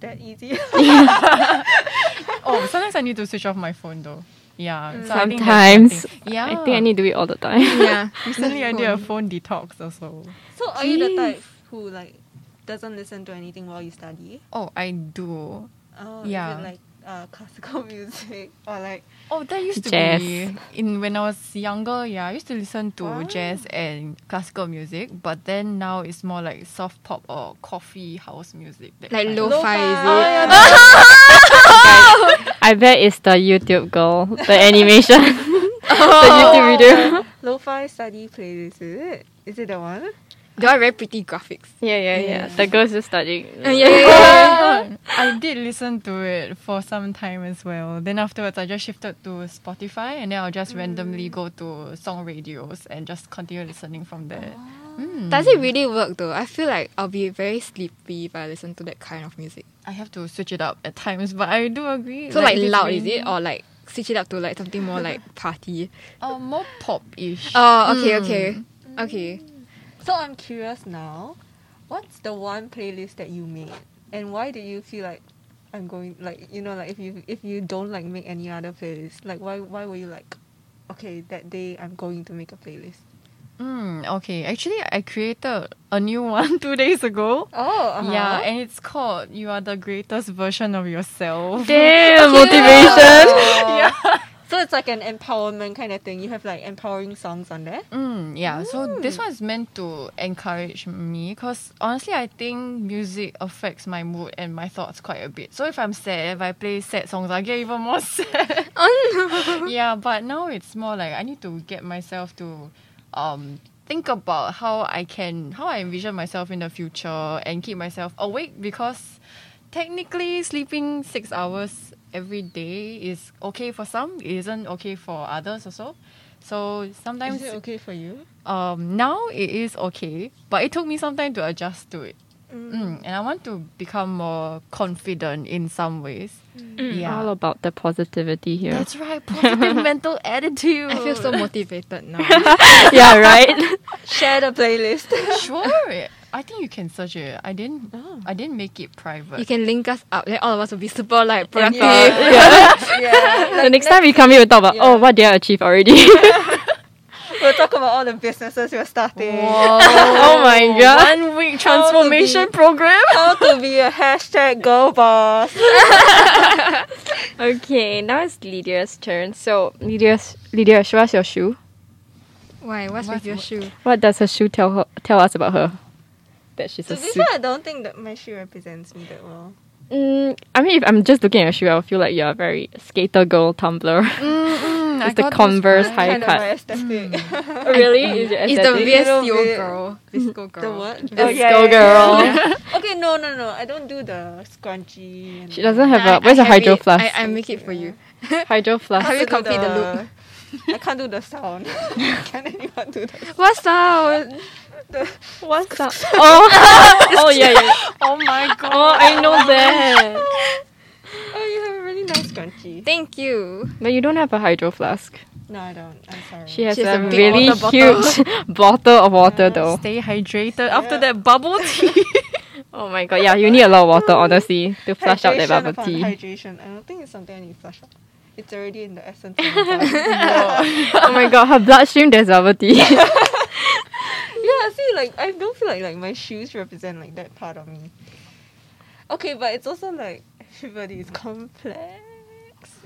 Speaker 2: that easy.
Speaker 5: Oh, sometimes I need to switch off my phone though. Yeah. so I think that's one
Speaker 4: Sometimes,
Speaker 5: thing. yeah.
Speaker 4: I think I need to do it all the time.
Speaker 3: yeah.
Speaker 5: Recently, I did a phone detox also.
Speaker 2: so are you the
Speaker 4: Jeez.
Speaker 2: type who like doesn't listen to anything while you study?
Speaker 5: Oh, I do.
Speaker 2: Oh,
Speaker 5: Yeah.
Speaker 2: Is it, like uh, classical music or like
Speaker 5: Oh, that used to
Speaker 4: Jazz.
Speaker 5: be in when I was younger. Yeah, I used to listen to
Speaker 2: Wow.
Speaker 5: jazz and classical music, but then now it's more like soft pop or coffee house music. that
Speaker 3: Like
Speaker 5: kind.
Speaker 3: lo-fi, is it?
Speaker 2: Oh, yeah,
Speaker 4: I bet it's the YouTube girl, the animation, the
Speaker 5: Oh.
Speaker 4: YouTube video.
Speaker 2: lo-fi study playlist? Is it? Is it the one?
Speaker 3: They are very pretty graphics.
Speaker 4: Yeah, yeah, yeah. The girl's just studying.
Speaker 5: Yeah, I did listen to it for some time as well. Then afterwards, I just shifted to Spotify, and then I'll just randomly go to song radios and just continue listening from there. Mm.
Speaker 3: Does it really work though? I feel like I'll be very sleepy if I listen to that kind of music.
Speaker 5: I have to switch it up at times, but I do agree.
Speaker 3: So like,
Speaker 5: if it's
Speaker 3: loud
Speaker 5: raining-
Speaker 3: is it or like switch it up to like something more like party?
Speaker 5: Oh, more pop-ish.
Speaker 3: Oh, okay,
Speaker 2: Hmm.
Speaker 3: okay, okay.
Speaker 2: So I'm curious now, what's the one playlist that you made, and why do you feel like I'm going like you know like if you if you don't like make any other playlist, like why why were you like, okay that day I'm going to make a playlist.
Speaker 5: Mm, okay, actually, I created a new one two days ago.
Speaker 2: Oh uh-huh.
Speaker 5: Yeah, and it's called "You Are the Greatest Version of Yourself."
Speaker 4: Damn motivation.
Speaker 2: yeah. So it's like an empowerment kind of thing. You have like empowering songs on there.
Speaker 5: Mm, yeah, so this one is meant to encourage me because honestly, I think music affects my mood and my thoughts quite a bit. So if I'm sad, if I play sad songs, I get even more sad. yeah, but now it's more like I need to get myself to um, think about how I can, how I envision myself in the future and keep myself awake because technically sleeping six hours every day is okay for some, it isn't okay for others also. So sometimes
Speaker 2: Is it okay for you?
Speaker 5: um, now it is okay, but it took me some time to adjust to it. Mm, and I want to become more confident in some ways.
Speaker 4: All
Speaker 5: Yeah.
Speaker 4: about the positivity here.
Speaker 5: That's right, positive mental attitude.
Speaker 3: I feel
Speaker 2: Oh.
Speaker 3: so motivated now.
Speaker 4: yeah, right.
Speaker 2: Share the playlist.
Speaker 5: sure. I think you can search it. I didn't.
Speaker 2: Oh.
Speaker 5: I didn't make it private.
Speaker 3: you can link us up. Then all of us will be super like productive.
Speaker 2: Yeah. yeah.
Speaker 4: The next time we come here, we talk about
Speaker 2: Yeah.
Speaker 4: oh, what did I achieve already?
Speaker 2: We'll talk about all the businesses we're starting.
Speaker 4: oh my god.
Speaker 5: One week transformation program.
Speaker 2: How to be a hashtag girl boss.
Speaker 4: Okay, now it's Lydia's turn. So Lydia's Lydia, show us your shoe.
Speaker 3: Why? What's
Speaker 5: What-
Speaker 3: with your
Speaker 5: what-
Speaker 3: shoe?
Speaker 4: What does her shoe tell her tell us about her? That she's
Speaker 2: To
Speaker 4: a
Speaker 2: be
Speaker 4: suit.
Speaker 2: fair, I don't think that my shoe represents me that well.
Speaker 4: Mm, I mean, if I'm just looking at your shoe, I would feel like you're a very skater girl tumbler.
Speaker 5: I
Speaker 4: it's the
Speaker 5: got those
Speaker 4: Converse
Speaker 5: vibes.
Speaker 4: high
Speaker 2: kind of my
Speaker 4: cut.
Speaker 2: aesthetic.
Speaker 4: really? Is your
Speaker 3: It's the
Speaker 4: aesthetic?
Speaker 2: Little
Speaker 3: VSCO
Speaker 2: bit.
Speaker 3: girl. VSCO girl.
Speaker 2: the what? Oh,
Speaker 4: Let's go, girl.
Speaker 2: okay, no, no, no. I don't do the scrunchy. and-
Speaker 4: She doesn't have
Speaker 3: I-
Speaker 4: a. Where's
Speaker 3: I
Speaker 4: a
Speaker 3: have
Speaker 4: hydro
Speaker 3: it.
Speaker 4: flask?
Speaker 3: I, I make it for you.
Speaker 4: hydro flask.
Speaker 3: Have you
Speaker 2: I can't do
Speaker 3: complete the
Speaker 2: I can't do the sound. Can anyone do that?
Speaker 3: What's up?
Speaker 4: What's that? Oh, oh yeah, yeah.
Speaker 5: Oh my god.
Speaker 4: Oh, I know that.
Speaker 2: Oh, you have a really nice scrunchie.
Speaker 3: Thank you.
Speaker 4: But you don't have a hydro flask.
Speaker 2: No, I don't. I'm sorry.
Speaker 4: She has
Speaker 3: She has
Speaker 4: a,
Speaker 3: a big
Speaker 4: really
Speaker 5: water bottle.
Speaker 4: huge bottle of water, though.
Speaker 5: Stay hydrated after that bubble tea.
Speaker 4: Oh my god, yeah, you need a lot of water, honestly, to flush out that
Speaker 2: Hydration
Speaker 4: bubble
Speaker 2: upon
Speaker 4: tea.
Speaker 2: Hydration. I don't think it's something I need to flush out. It's already in the essence. Of my body.
Speaker 4: oh my god, her bloodstream, there's bubble tea.
Speaker 2: yeah, I feel like I don't feel like like my shoes represent like that part of me. Okay, but it's also like everybody is complex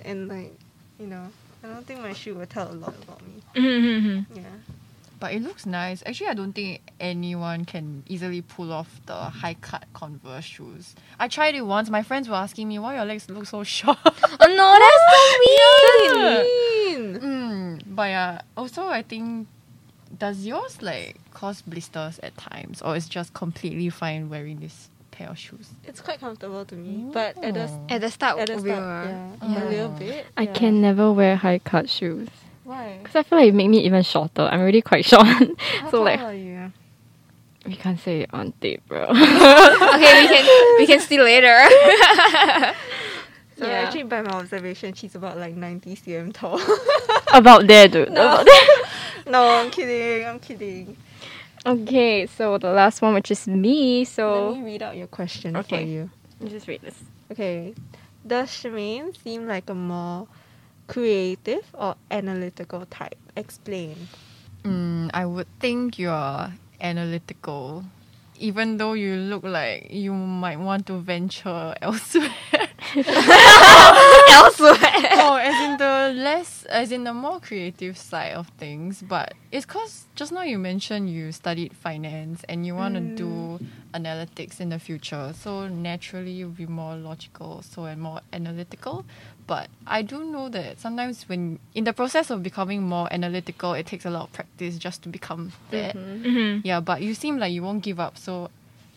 Speaker 2: and like you know I don't think my shoe will tell a lot about me. Yeah.
Speaker 5: but it looks nice. Actually, I don't think anyone can easily pull off the high cut Converse shoes. I tried it once. My friends were asking me why your legs look so short.
Speaker 3: Oh no, that's so mean.
Speaker 2: Mean.
Speaker 5: mm, but yeah, also I think does yours like cause blisters at times, or is just completely fine wearing this pair of shoes?
Speaker 2: It's quite comfortable to me, but it does.
Speaker 5: Oh.
Speaker 3: At the start,
Speaker 2: At the
Speaker 3: we
Speaker 2: start,
Speaker 3: were.
Speaker 2: yeah,
Speaker 5: Yeah.
Speaker 2: a little bit.
Speaker 4: I
Speaker 2: yeah.
Speaker 4: can never wear high cut shoes.
Speaker 2: Why?
Speaker 4: Because I feel like it make me even shorter. I'm already quite short.
Speaker 2: How
Speaker 4: so,
Speaker 2: tall
Speaker 4: like,
Speaker 2: are you?
Speaker 4: we can't say it on tape, bro.
Speaker 3: Okay, we can we can see later.
Speaker 2: So
Speaker 4: Yeah.
Speaker 2: actually, by my observation, she's about like 90 cm tall.
Speaker 4: About there, dude. About there.
Speaker 2: no, I'm kidding. I'm kidding.
Speaker 4: Okay, so the last one, which is me.
Speaker 2: Let
Speaker 4: So,
Speaker 2: me read out your question for
Speaker 4: Okay.
Speaker 2: you.
Speaker 4: just read this.
Speaker 2: Okay. Does Shemaine seem like a more creative or analytical type? Explain.
Speaker 5: Mm, I would think you're analytical, even though you look like you might want to venture elsewhere.
Speaker 3: Elsewhere.
Speaker 5: oh, as in the less, as in the more creative side of things. But it's because just now you mentioned you studied finance and you want to do analytics in the future. So naturally, you'll be more logical, so and more analytical. But I do know that sometimes when in the process of becoming more analytical, it takes a lot of practice just to become that.
Speaker 3: Mm-hmm.
Speaker 5: Yeah, but you seem like you won't give up. So,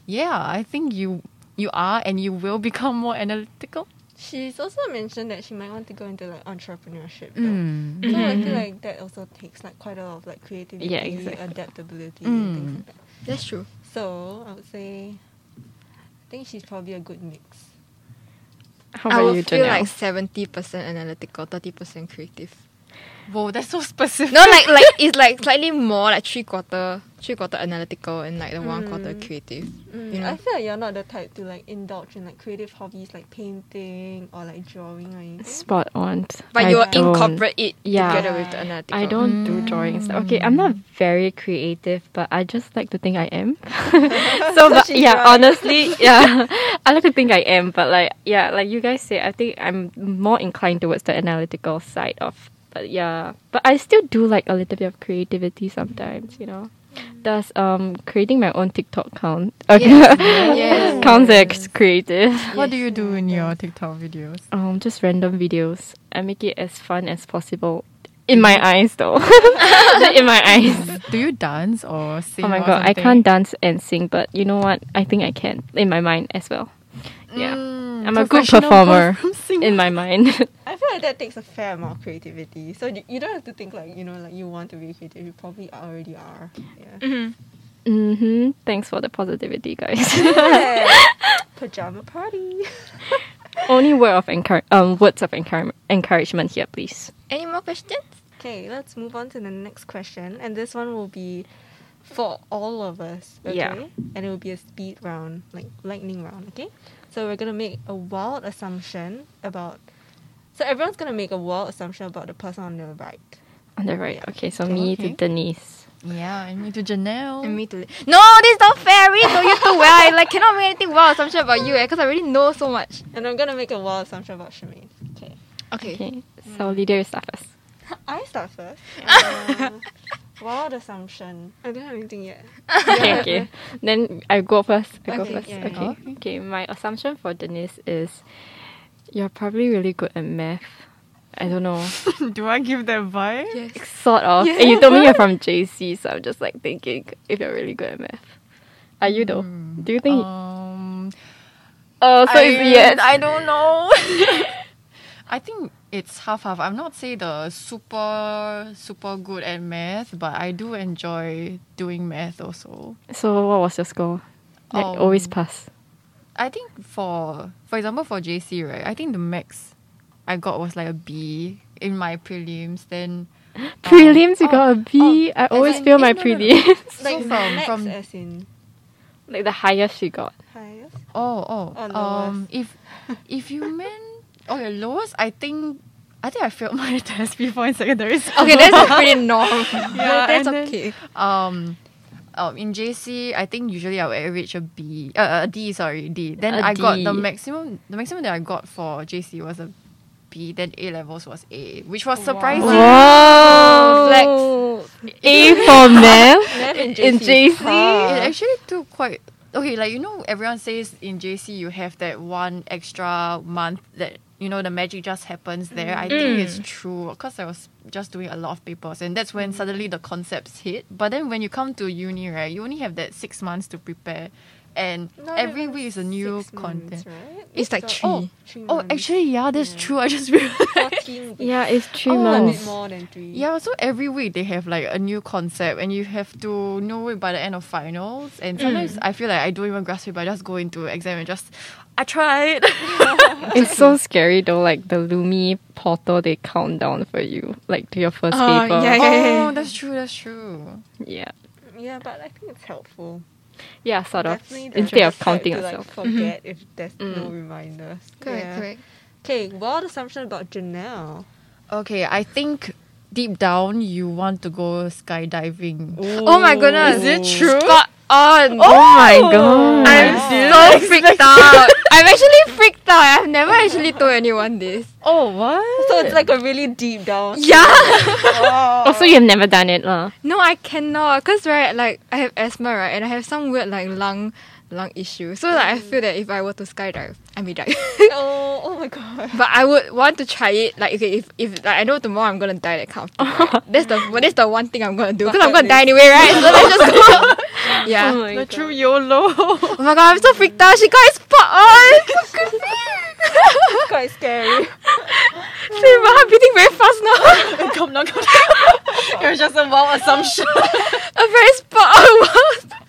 Speaker 5: yeah, I think you you are and you will become more analytical.
Speaker 2: She's also mentioned that she might want to go into like entrepreneurship. though.
Speaker 5: Mm.
Speaker 2: So I feel like that also takes like quite a lot of like creativity,
Speaker 4: Yeah, exactly.
Speaker 2: adaptability,
Speaker 5: Mm.
Speaker 2: and things like that.
Speaker 3: That's true.
Speaker 2: So I would say, I think she's probably a good mix.
Speaker 4: How
Speaker 3: I
Speaker 4: about
Speaker 3: would
Speaker 4: you,
Speaker 3: feel
Speaker 4: Janelle?
Speaker 3: like seventy percent analytical, thirty percent creative.
Speaker 5: Whoa, that's so specific.
Speaker 3: No, like like it's like slightly more like three quarter, three quarter analytical and like the one quarter creative. You know?
Speaker 2: Mm, I feel like you're not the type to like indulge in like creative hobbies like painting or like drawing or anything.
Speaker 4: Spot on.
Speaker 3: But
Speaker 4: I
Speaker 3: you will
Speaker 4: don't.
Speaker 3: incorporate it
Speaker 4: Yeah.
Speaker 3: together with the analytical.
Speaker 4: I don't
Speaker 3: Mm.
Speaker 4: do drawing and stuff. Okay, I'm not very creative, but I just like to think I am. so, but,
Speaker 2: she's
Speaker 4: yeah,
Speaker 2: right.
Speaker 4: honestly, yeah, I like to think I am. But like, yeah, like you guys say, I think I'm more inclined towards the analytical side of. But yeah, but I still do like a little bit of creativity sometimes. You know, does um creating my own TikTok count? Okay,
Speaker 3: Mm. Yes.
Speaker 4: counts as creative.
Speaker 5: What do you do in your TikTok videos?
Speaker 4: Um, just random videos. I make it as fun as possible. In my eyes, though. in my eyes.
Speaker 5: Do you dance or sing?
Speaker 4: Oh my
Speaker 5: or
Speaker 4: god, I
Speaker 5: something?
Speaker 4: can't dance and sing, but you know what? I think I can in my mind as well. Yeah,
Speaker 5: Mm,
Speaker 4: I'm a good
Speaker 5: professional
Speaker 4: performer
Speaker 5: ballroom singer.
Speaker 4: in my mind.
Speaker 2: I feel like that takes a fair amount of creativity. So you, you don't have to think like you know like you want to be creative. You probably already are. Yeah.
Speaker 4: hmm Thanks for the positivity,
Speaker 3: Mm-hmm.
Speaker 4: guys.
Speaker 2: Pajama party.
Speaker 4: Only word of encour- um, words of encour- encouragement here, please.
Speaker 3: Any more questions?
Speaker 2: Okay, let's move on to the next question, and this one will be for all of us. Okay?
Speaker 4: Yeah.
Speaker 2: And it will be a speed round, like lightning round. Okay. So we're gonna make a wild assumption about. So everyone's gonna make a wild assumption about the person on the right.
Speaker 4: On the right. Okay, so
Speaker 5: Okay.
Speaker 4: me to Denise.
Speaker 5: Yeah, and me to Janelle.
Speaker 3: And me too. No, this is not fair. I really know you too well. I like cannot make anything well assumption about you because I already know so much.
Speaker 2: And I'm gonna make a wild assumption about Shemaine. Okay.
Speaker 3: Okay.
Speaker 4: Okay,
Speaker 5: Mm.
Speaker 4: so Lydia, you start first.
Speaker 2: I start first. Um, wild assumption. I don't have anything yet.
Speaker 4: okay, okay. Then I go first. I go
Speaker 2: Okay,
Speaker 4: first.
Speaker 2: yeah, yeah.
Speaker 4: okay. okay. My assumption for Denise is you're probably really good at math. I don't know.
Speaker 5: Do I give that vibe?
Speaker 3: Yes.
Speaker 4: Sort of. And you told me you're from JC, so I'm just like thinking if you're really good at math. Are you though? Do you think?
Speaker 5: Um,
Speaker 4: oh, so
Speaker 5: I,
Speaker 4: it's yes.
Speaker 5: I don't know. I think it's half half. I'm not say the super super good at math, but I do enjoy doing math also.
Speaker 4: so what was your score? Like always
Speaker 5: Um,
Speaker 4: pass.
Speaker 5: I think for for example for JC right, I think the max I got was like a B in my prelims. Then
Speaker 4: Prelims, you
Speaker 5: oh,
Speaker 4: got a B. I always
Speaker 5: in-
Speaker 4: fail my
Speaker 5: eh, no, no, no.
Speaker 4: prelims.
Speaker 2: Like
Speaker 5: from-
Speaker 2: max
Speaker 5: from-
Speaker 2: as in
Speaker 4: like the highest she got.
Speaker 2: highest.
Speaker 5: oh oh
Speaker 2: Or
Speaker 5: um if if you meant okay lowest I think I think I failed my test before in secondary school.
Speaker 3: Okay, that's pretty normal.
Speaker 5: Yeah,
Speaker 3: that's
Speaker 5: and then-
Speaker 3: okay.
Speaker 5: um um in JC I think usually I would average a B uh, a D sorry D then
Speaker 4: A
Speaker 5: I got the
Speaker 4: D.
Speaker 5: maximum the maximum that I got for JC was a B then A levels was A which was surprising
Speaker 4: Whoa!
Speaker 5: Oh,
Speaker 4: Flex. A for math
Speaker 2: Math in
Speaker 4: in
Speaker 2: JC.
Speaker 5: it
Speaker 4: JC.
Speaker 5: actually took quite okay like you know everyone says in JC you have that one extra month that you know the magic just happens there I think
Speaker 2: Mm.
Speaker 5: it's true because I was just doing a lot of papers and that's when suddenly the concepts hit but then when you come to uni right you only have that six months to prepare and
Speaker 2: Not
Speaker 5: every
Speaker 2: even
Speaker 5: week is a new
Speaker 2: six
Speaker 5: content
Speaker 2: months, right?
Speaker 3: It's like
Speaker 2: So-
Speaker 3: three.
Speaker 5: oh
Speaker 2: three
Speaker 5: oh
Speaker 2: months.
Speaker 5: actually yeah that's
Speaker 2: Yeah.
Speaker 5: true I just realized
Speaker 2: fourteen. weeks.
Speaker 4: Yeah, it's three
Speaker 5: Oh,
Speaker 2: a bit
Speaker 4: months.
Speaker 2: more than three.
Speaker 5: Yeah, so every week they have like a new concept, and you have to know it by the end of finals.
Speaker 3: Mm.
Speaker 5: And sometimes I feel like I don't even grasp it, but I just go into exam and just I tried.
Speaker 4: It's so scary though, like the Lumi portal, they count down for you, like to your first
Speaker 3: Oh,
Speaker 4: paper.
Speaker 3: yeah, yeah.
Speaker 5: oh, that's true. That's true.
Speaker 4: yeah.
Speaker 2: yeah, but I think it's helpful.
Speaker 4: Yeah, sort of.
Speaker 2: Definitely the
Speaker 4: Instead of
Speaker 2: hindsight
Speaker 4: counting
Speaker 2: to, like,
Speaker 4: yourself.
Speaker 2: forget if there's no
Speaker 4: Mm.
Speaker 2: reminders.
Speaker 3: Correct, correct.
Speaker 2: Okay, wild assumption about Janelle.
Speaker 5: Okay, I think deep down you want to go skydiving.
Speaker 3: Oh my goodness.
Speaker 5: Is it true?
Speaker 3: Spot on.
Speaker 4: Oh my god.
Speaker 3: I'm so freaked out. I'm actually freaked out. I've never actually told anyone this.
Speaker 5: Oh, what?
Speaker 2: So it's like a really deep down.
Speaker 3: Yeah.
Speaker 2: Oh.
Speaker 4: also, you've never done it, lah.
Speaker 3: No, I cannot. Cause right, like I have asthma, right, and I have some weird like lung, lung issue. So like I feel that if I were to skydive, I may die.
Speaker 2: oh, oh my god.
Speaker 3: but I would want to try it. Like okay, if if like I know tomorrow I'm gonna die, that kind of thing. right? that's the well, that's the one thing I'm gonna do. Cause I'm gonna die anyway, right? So let's just go. yeah.
Speaker 4: Oh
Speaker 3: Oh
Speaker 4: my
Speaker 5: The
Speaker 4: god.
Speaker 5: true YOLO.
Speaker 3: my, god, I'm so freaked out. She got it spot on. So confused.
Speaker 2: It's quite scary.
Speaker 3: See, my heart beating very fast now.
Speaker 5: come on, come on. You're just a wild assumption.
Speaker 3: I'm very spot on.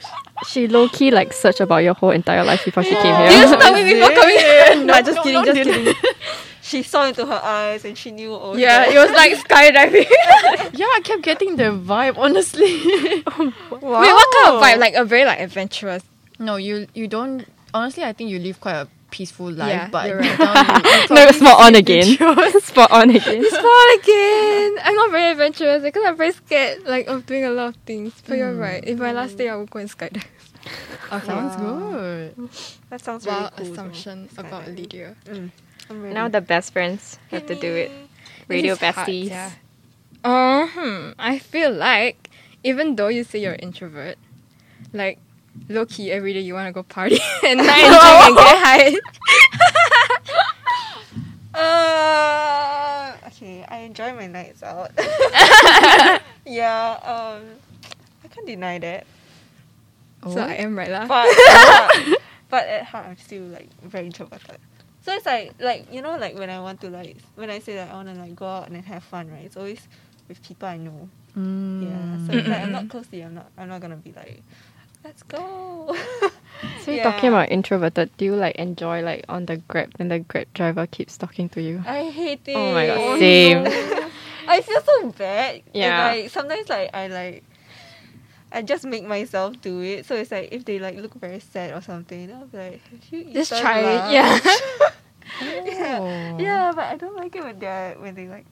Speaker 4: She low key like searched about your whole entire life before she came
Speaker 3: you
Speaker 4: here.
Speaker 3: stop me before coming.
Speaker 2: no, just
Speaker 5: no,
Speaker 2: kidding,
Speaker 5: no,
Speaker 2: just
Speaker 5: didn't.
Speaker 2: kidding. She saw into her eyes and she knew. Oh,
Speaker 3: Yeah, it was like skydiving.
Speaker 5: yeah, I kept getting the vibe. Honestly.
Speaker 3: Wait, what kind of vibe? Like a very like adventurous.
Speaker 5: No, you you don't. Honestly, I think you live quite a peaceful life,
Speaker 3: Yeah,
Speaker 5: but
Speaker 3: you're
Speaker 5: deep down you- you
Speaker 4: no,
Speaker 5: probably
Speaker 4: spot on
Speaker 5: feel
Speaker 4: again.
Speaker 5: insecure.
Speaker 4: spot on again.
Speaker 3: Fall again. I'm not very adventurous because I'm very scared like of doing a lot of things. But you're right. If my last day, I would go and skydive.
Speaker 5: Okay. Sounds good.
Speaker 2: That sounds really
Speaker 3: Wow,
Speaker 2: cool. though.
Speaker 3: assumption about Lydia.
Speaker 2: I'm ready.
Speaker 4: Now the best friends have to do it. Radio besties.
Speaker 3: Uh hmm. I feel like even though you say you're an introvert, like low key every day you want to go party and night and drink and get high.
Speaker 2: Uh, okay, I enjoy my nights out. yeah, um, I can't deny that.
Speaker 3: So I am right lah.
Speaker 2: But uh, but at heart, I'm still like very introverted. So it's like like you know like when I want to like when I say that I want to like go out and then have fun, right? It's always with people I know.
Speaker 4: Mm.
Speaker 2: Yeah, so it's like I'm not close to you. I'm not. I'm not gonna be like, let's go.
Speaker 4: So you're
Speaker 2: Yeah.
Speaker 4: talking about introverted. Do you like enjoy like on the grab when the grab driver keeps talking to you?
Speaker 2: I hate it.
Speaker 4: Oh my god, same.
Speaker 2: I feel so bad. And
Speaker 4: Yeah.
Speaker 2: like sometimes like I like I just make myself do it. So it's like if they like look very sad or something, I'll be like, have you eaten
Speaker 3: Just try
Speaker 2: lunch?"
Speaker 3: it. Yeah.
Speaker 2: yeah. Yeah, but I don't like it when they're when they like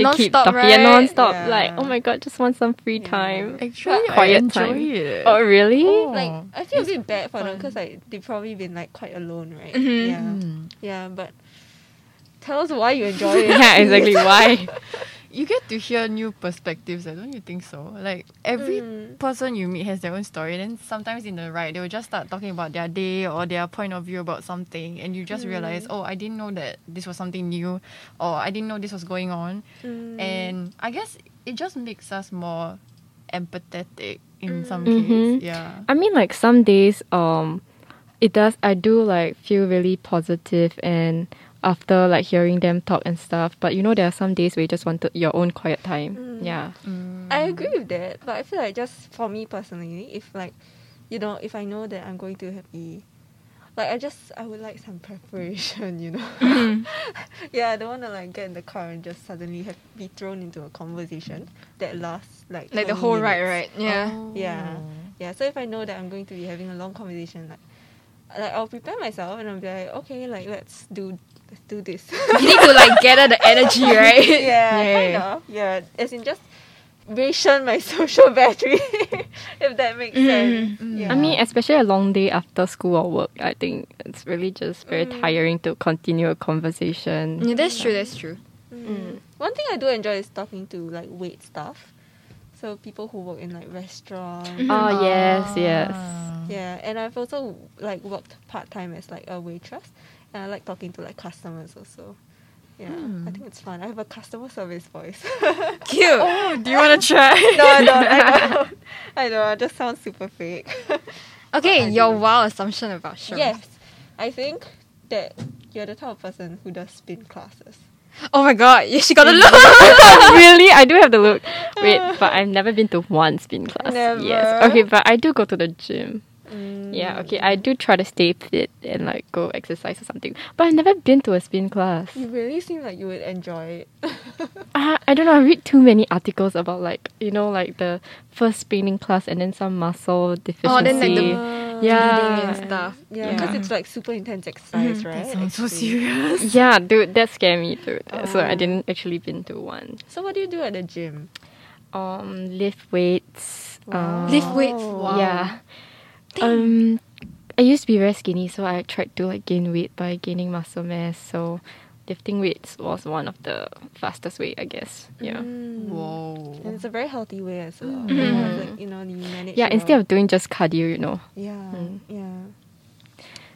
Speaker 4: They keep
Speaker 3: Non-stop,
Speaker 4: talking yeah,
Speaker 3: right?
Speaker 4: non-stop.
Speaker 2: Yeah.
Speaker 4: Like, oh my god, just want some free
Speaker 2: Yeah.
Speaker 4: time.
Speaker 5: Actually, I
Speaker 4: Quiet
Speaker 5: enjoy
Speaker 4: time.
Speaker 5: it.
Speaker 4: Oh really?
Speaker 5: Oh.
Speaker 2: like I feel a bit bad for them because like they've probably been like quite alone, right?
Speaker 3: Mhm.
Speaker 2: Yeah.
Speaker 5: Mm.
Speaker 2: Yeah, but tell us why you enjoy it.
Speaker 4: yeah, exactly. Why?
Speaker 5: you get to hear new perspectives, eh, don't you think so? Like every
Speaker 2: Mm.
Speaker 5: person you meet has their own story, and sometimes in the ride they will just start talking about their day or their point of view about something, and you just realize, oh, I didn't know that this was something new, or I didn't know this was going on,
Speaker 2: Hmm. Mm.
Speaker 5: and I guess it just makes us more empathetic in some
Speaker 4: Mhm.
Speaker 5: cases. Yeah.
Speaker 4: I mean, like some days, um, it does. I do like feel really positive and after like hearing them talk and stuff. But you know, there are some days where you just want to, your own quiet time. Yeah.
Speaker 2: I
Speaker 3: Mm.
Speaker 2: agree with that, but I feel like just for me personally, if like, you know, if I know that I'm going to have a, like I just I would like some preparation, you know.
Speaker 3: Mm-hmm.
Speaker 2: yeah, I don't want to like get in the car and just suddenly have be thrown into a conversation that lasts like
Speaker 3: Like the
Speaker 2: 20
Speaker 3: whole ride,
Speaker 2: minutes.
Speaker 3: right? Oh. Yeah.
Speaker 2: Yeah, yeah. So if I know that I'm going to be having a long conversation, like, like I'll prepare myself and I'll be like, okay, like let's do let's do this.
Speaker 3: You need to like gather the energy, right?
Speaker 2: yeah, kind of. Yeah, as in just ration my social battery, if that makes sense. Yeah.
Speaker 4: I mean, especially a long day after school or work. I think it's really just very tiring to continue a conversation.
Speaker 3: Yeah, that's true. That's true.
Speaker 2: Mm. one thing I do enjoy is talking to like wait staff, so people who work in like restaurants.
Speaker 4: Oh yes, yes.
Speaker 2: Yeah, and I've also like worked part time as like a waitress, and I like talking to like customers also. Yeah, I think it's fun. I have a customer service voice.
Speaker 3: Cute.
Speaker 5: Oh, do you want to try?
Speaker 2: no, I don't. I don't. I don't. I just sound super fake.
Speaker 3: Okay, your wow assumption about Cheryl.
Speaker 2: yes, I think that you're the type of person who does spin classes.
Speaker 3: Oh my god, yeah, she got a look.
Speaker 4: really, I do have the look. Wait, but I've never been to one spin class. Yes.
Speaker 2: Never.
Speaker 4: Okay, but I do go to the gym.
Speaker 3: Mm.
Speaker 4: Yeah. Okay, I do try to stay fit and like go exercise or something. But I've never been to a spin class.
Speaker 3: Mm.
Speaker 2: You really seem like you would enjoy it.
Speaker 4: Uh, I don't know. I read too many articles about like you know like the first spinning class and then some muscle deficiency.
Speaker 3: Oh, then like the
Speaker 4: yeah
Speaker 3: and stuff.
Speaker 2: yeah, because it's like super intense exercise, right?
Speaker 5: Sounds so
Speaker 2: Actually.
Speaker 5: serious.
Speaker 4: Yeah, dude, that scared me, dude. So
Speaker 3: Oh.
Speaker 4: I didn't actually been to one.
Speaker 2: So what do you do at the gym?
Speaker 4: Um, lift weights.
Speaker 2: Oh.
Speaker 4: Um,
Speaker 3: Lift weights.
Speaker 4: Yeah. Um, I used to be very skinny, so I tried to like gain weight by gaining muscle mass. So lifting weights was one of the fastest way, I guess. Yeah.
Speaker 3: Mm.
Speaker 2: Mm. And
Speaker 5: Whoa.
Speaker 2: it's a very healthy way as well. Like you know, you manage.
Speaker 4: Yeah.
Speaker 2: your-
Speaker 4: Instead of doing just cardio, you know.
Speaker 2: yeah, yeah.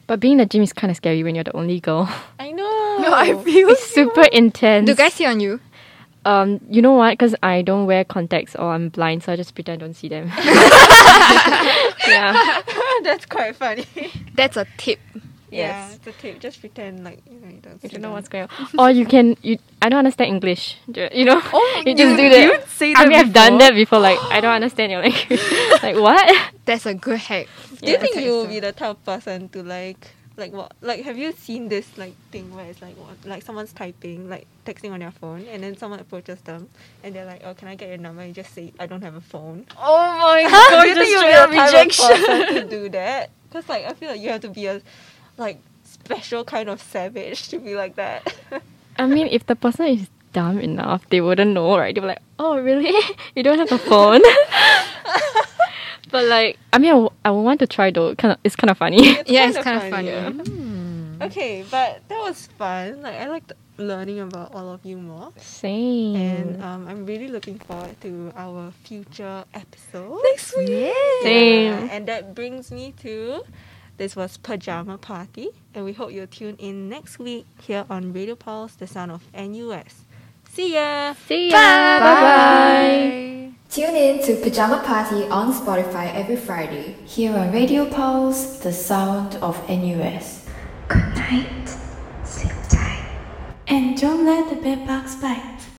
Speaker 4: But being in the gym is kind of scary when you're the only girl.
Speaker 2: I know.
Speaker 5: No, I feel
Speaker 4: it's super intense.
Speaker 3: Do guys see on you?
Speaker 4: Um, you know what? Because I don't wear contacts or I'm blind, so I just pretend I don't see them. yeah.
Speaker 2: that's quite funny.
Speaker 3: That's a tip.
Speaker 2: Yeah, it's a tip. Just pretend like you know you don't. see
Speaker 4: You don't know
Speaker 2: them.
Speaker 4: what's going on. Or you can you I don't understand English. Do- You know?
Speaker 5: Oh,
Speaker 4: you
Speaker 5: you-
Speaker 4: just do
Speaker 5: you
Speaker 4: that.
Speaker 5: say
Speaker 4: I
Speaker 5: that
Speaker 4: mean I've done
Speaker 5: before?
Speaker 4: that before, like I don't understand your language. like what?
Speaker 3: That's a good hack.
Speaker 2: Do you
Speaker 4: Yeah,
Speaker 2: think
Speaker 3: okay,
Speaker 2: you will
Speaker 3: so-
Speaker 2: be the type of person to like like what like have you seen this like thing where it's like what, like someone's typing like texting on their phone and then someone approaches them and they're like oh can I get your number and you just say I don't have a phone.
Speaker 5: Oh my god,
Speaker 2: do you
Speaker 5: just
Speaker 2: think you'll
Speaker 5: straight
Speaker 2: be
Speaker 5: up
Speaker 2: the type of
Speaker 5: rejection.
Speaker 2: person to do that? Because like I feel like you have to be a like special kind of savage to be like that.
Speaker 4: I mean if the person is dumb enough, they wouldn't know, right? They'll be like, Oh really? you don't have a phone? but like I mean I, w- I would want to try though. Kinda it's kinda funny.
Speaker 2: It's
Speaker 3: yeah,
Speaker 2: kind
Speaker 3: it's
Speaker 2: of
Speaker 3: kind of funny.
Speaker 2: funny. Okay, but that was fun. Like I liked learning about all of you more.
Speaker 4: Same.
Speaker 2: And um, I'm really looking forward to our future episode.
Speaker 4: Same.
Speaker 2: And that brings me to this was Pajama Party, and we hope you'll tune in next week here on Radio Pulse, the sound of NUS. See ya!
Speaker 4: See ya. Bye bye.
Speaker 6: Tune in to Pajama Party on Spotify every Friday. Here on Radio Pulse, the sound of NUS.
Speaker 7: Good night. Sleep tight. And don't let the bed bugs bite.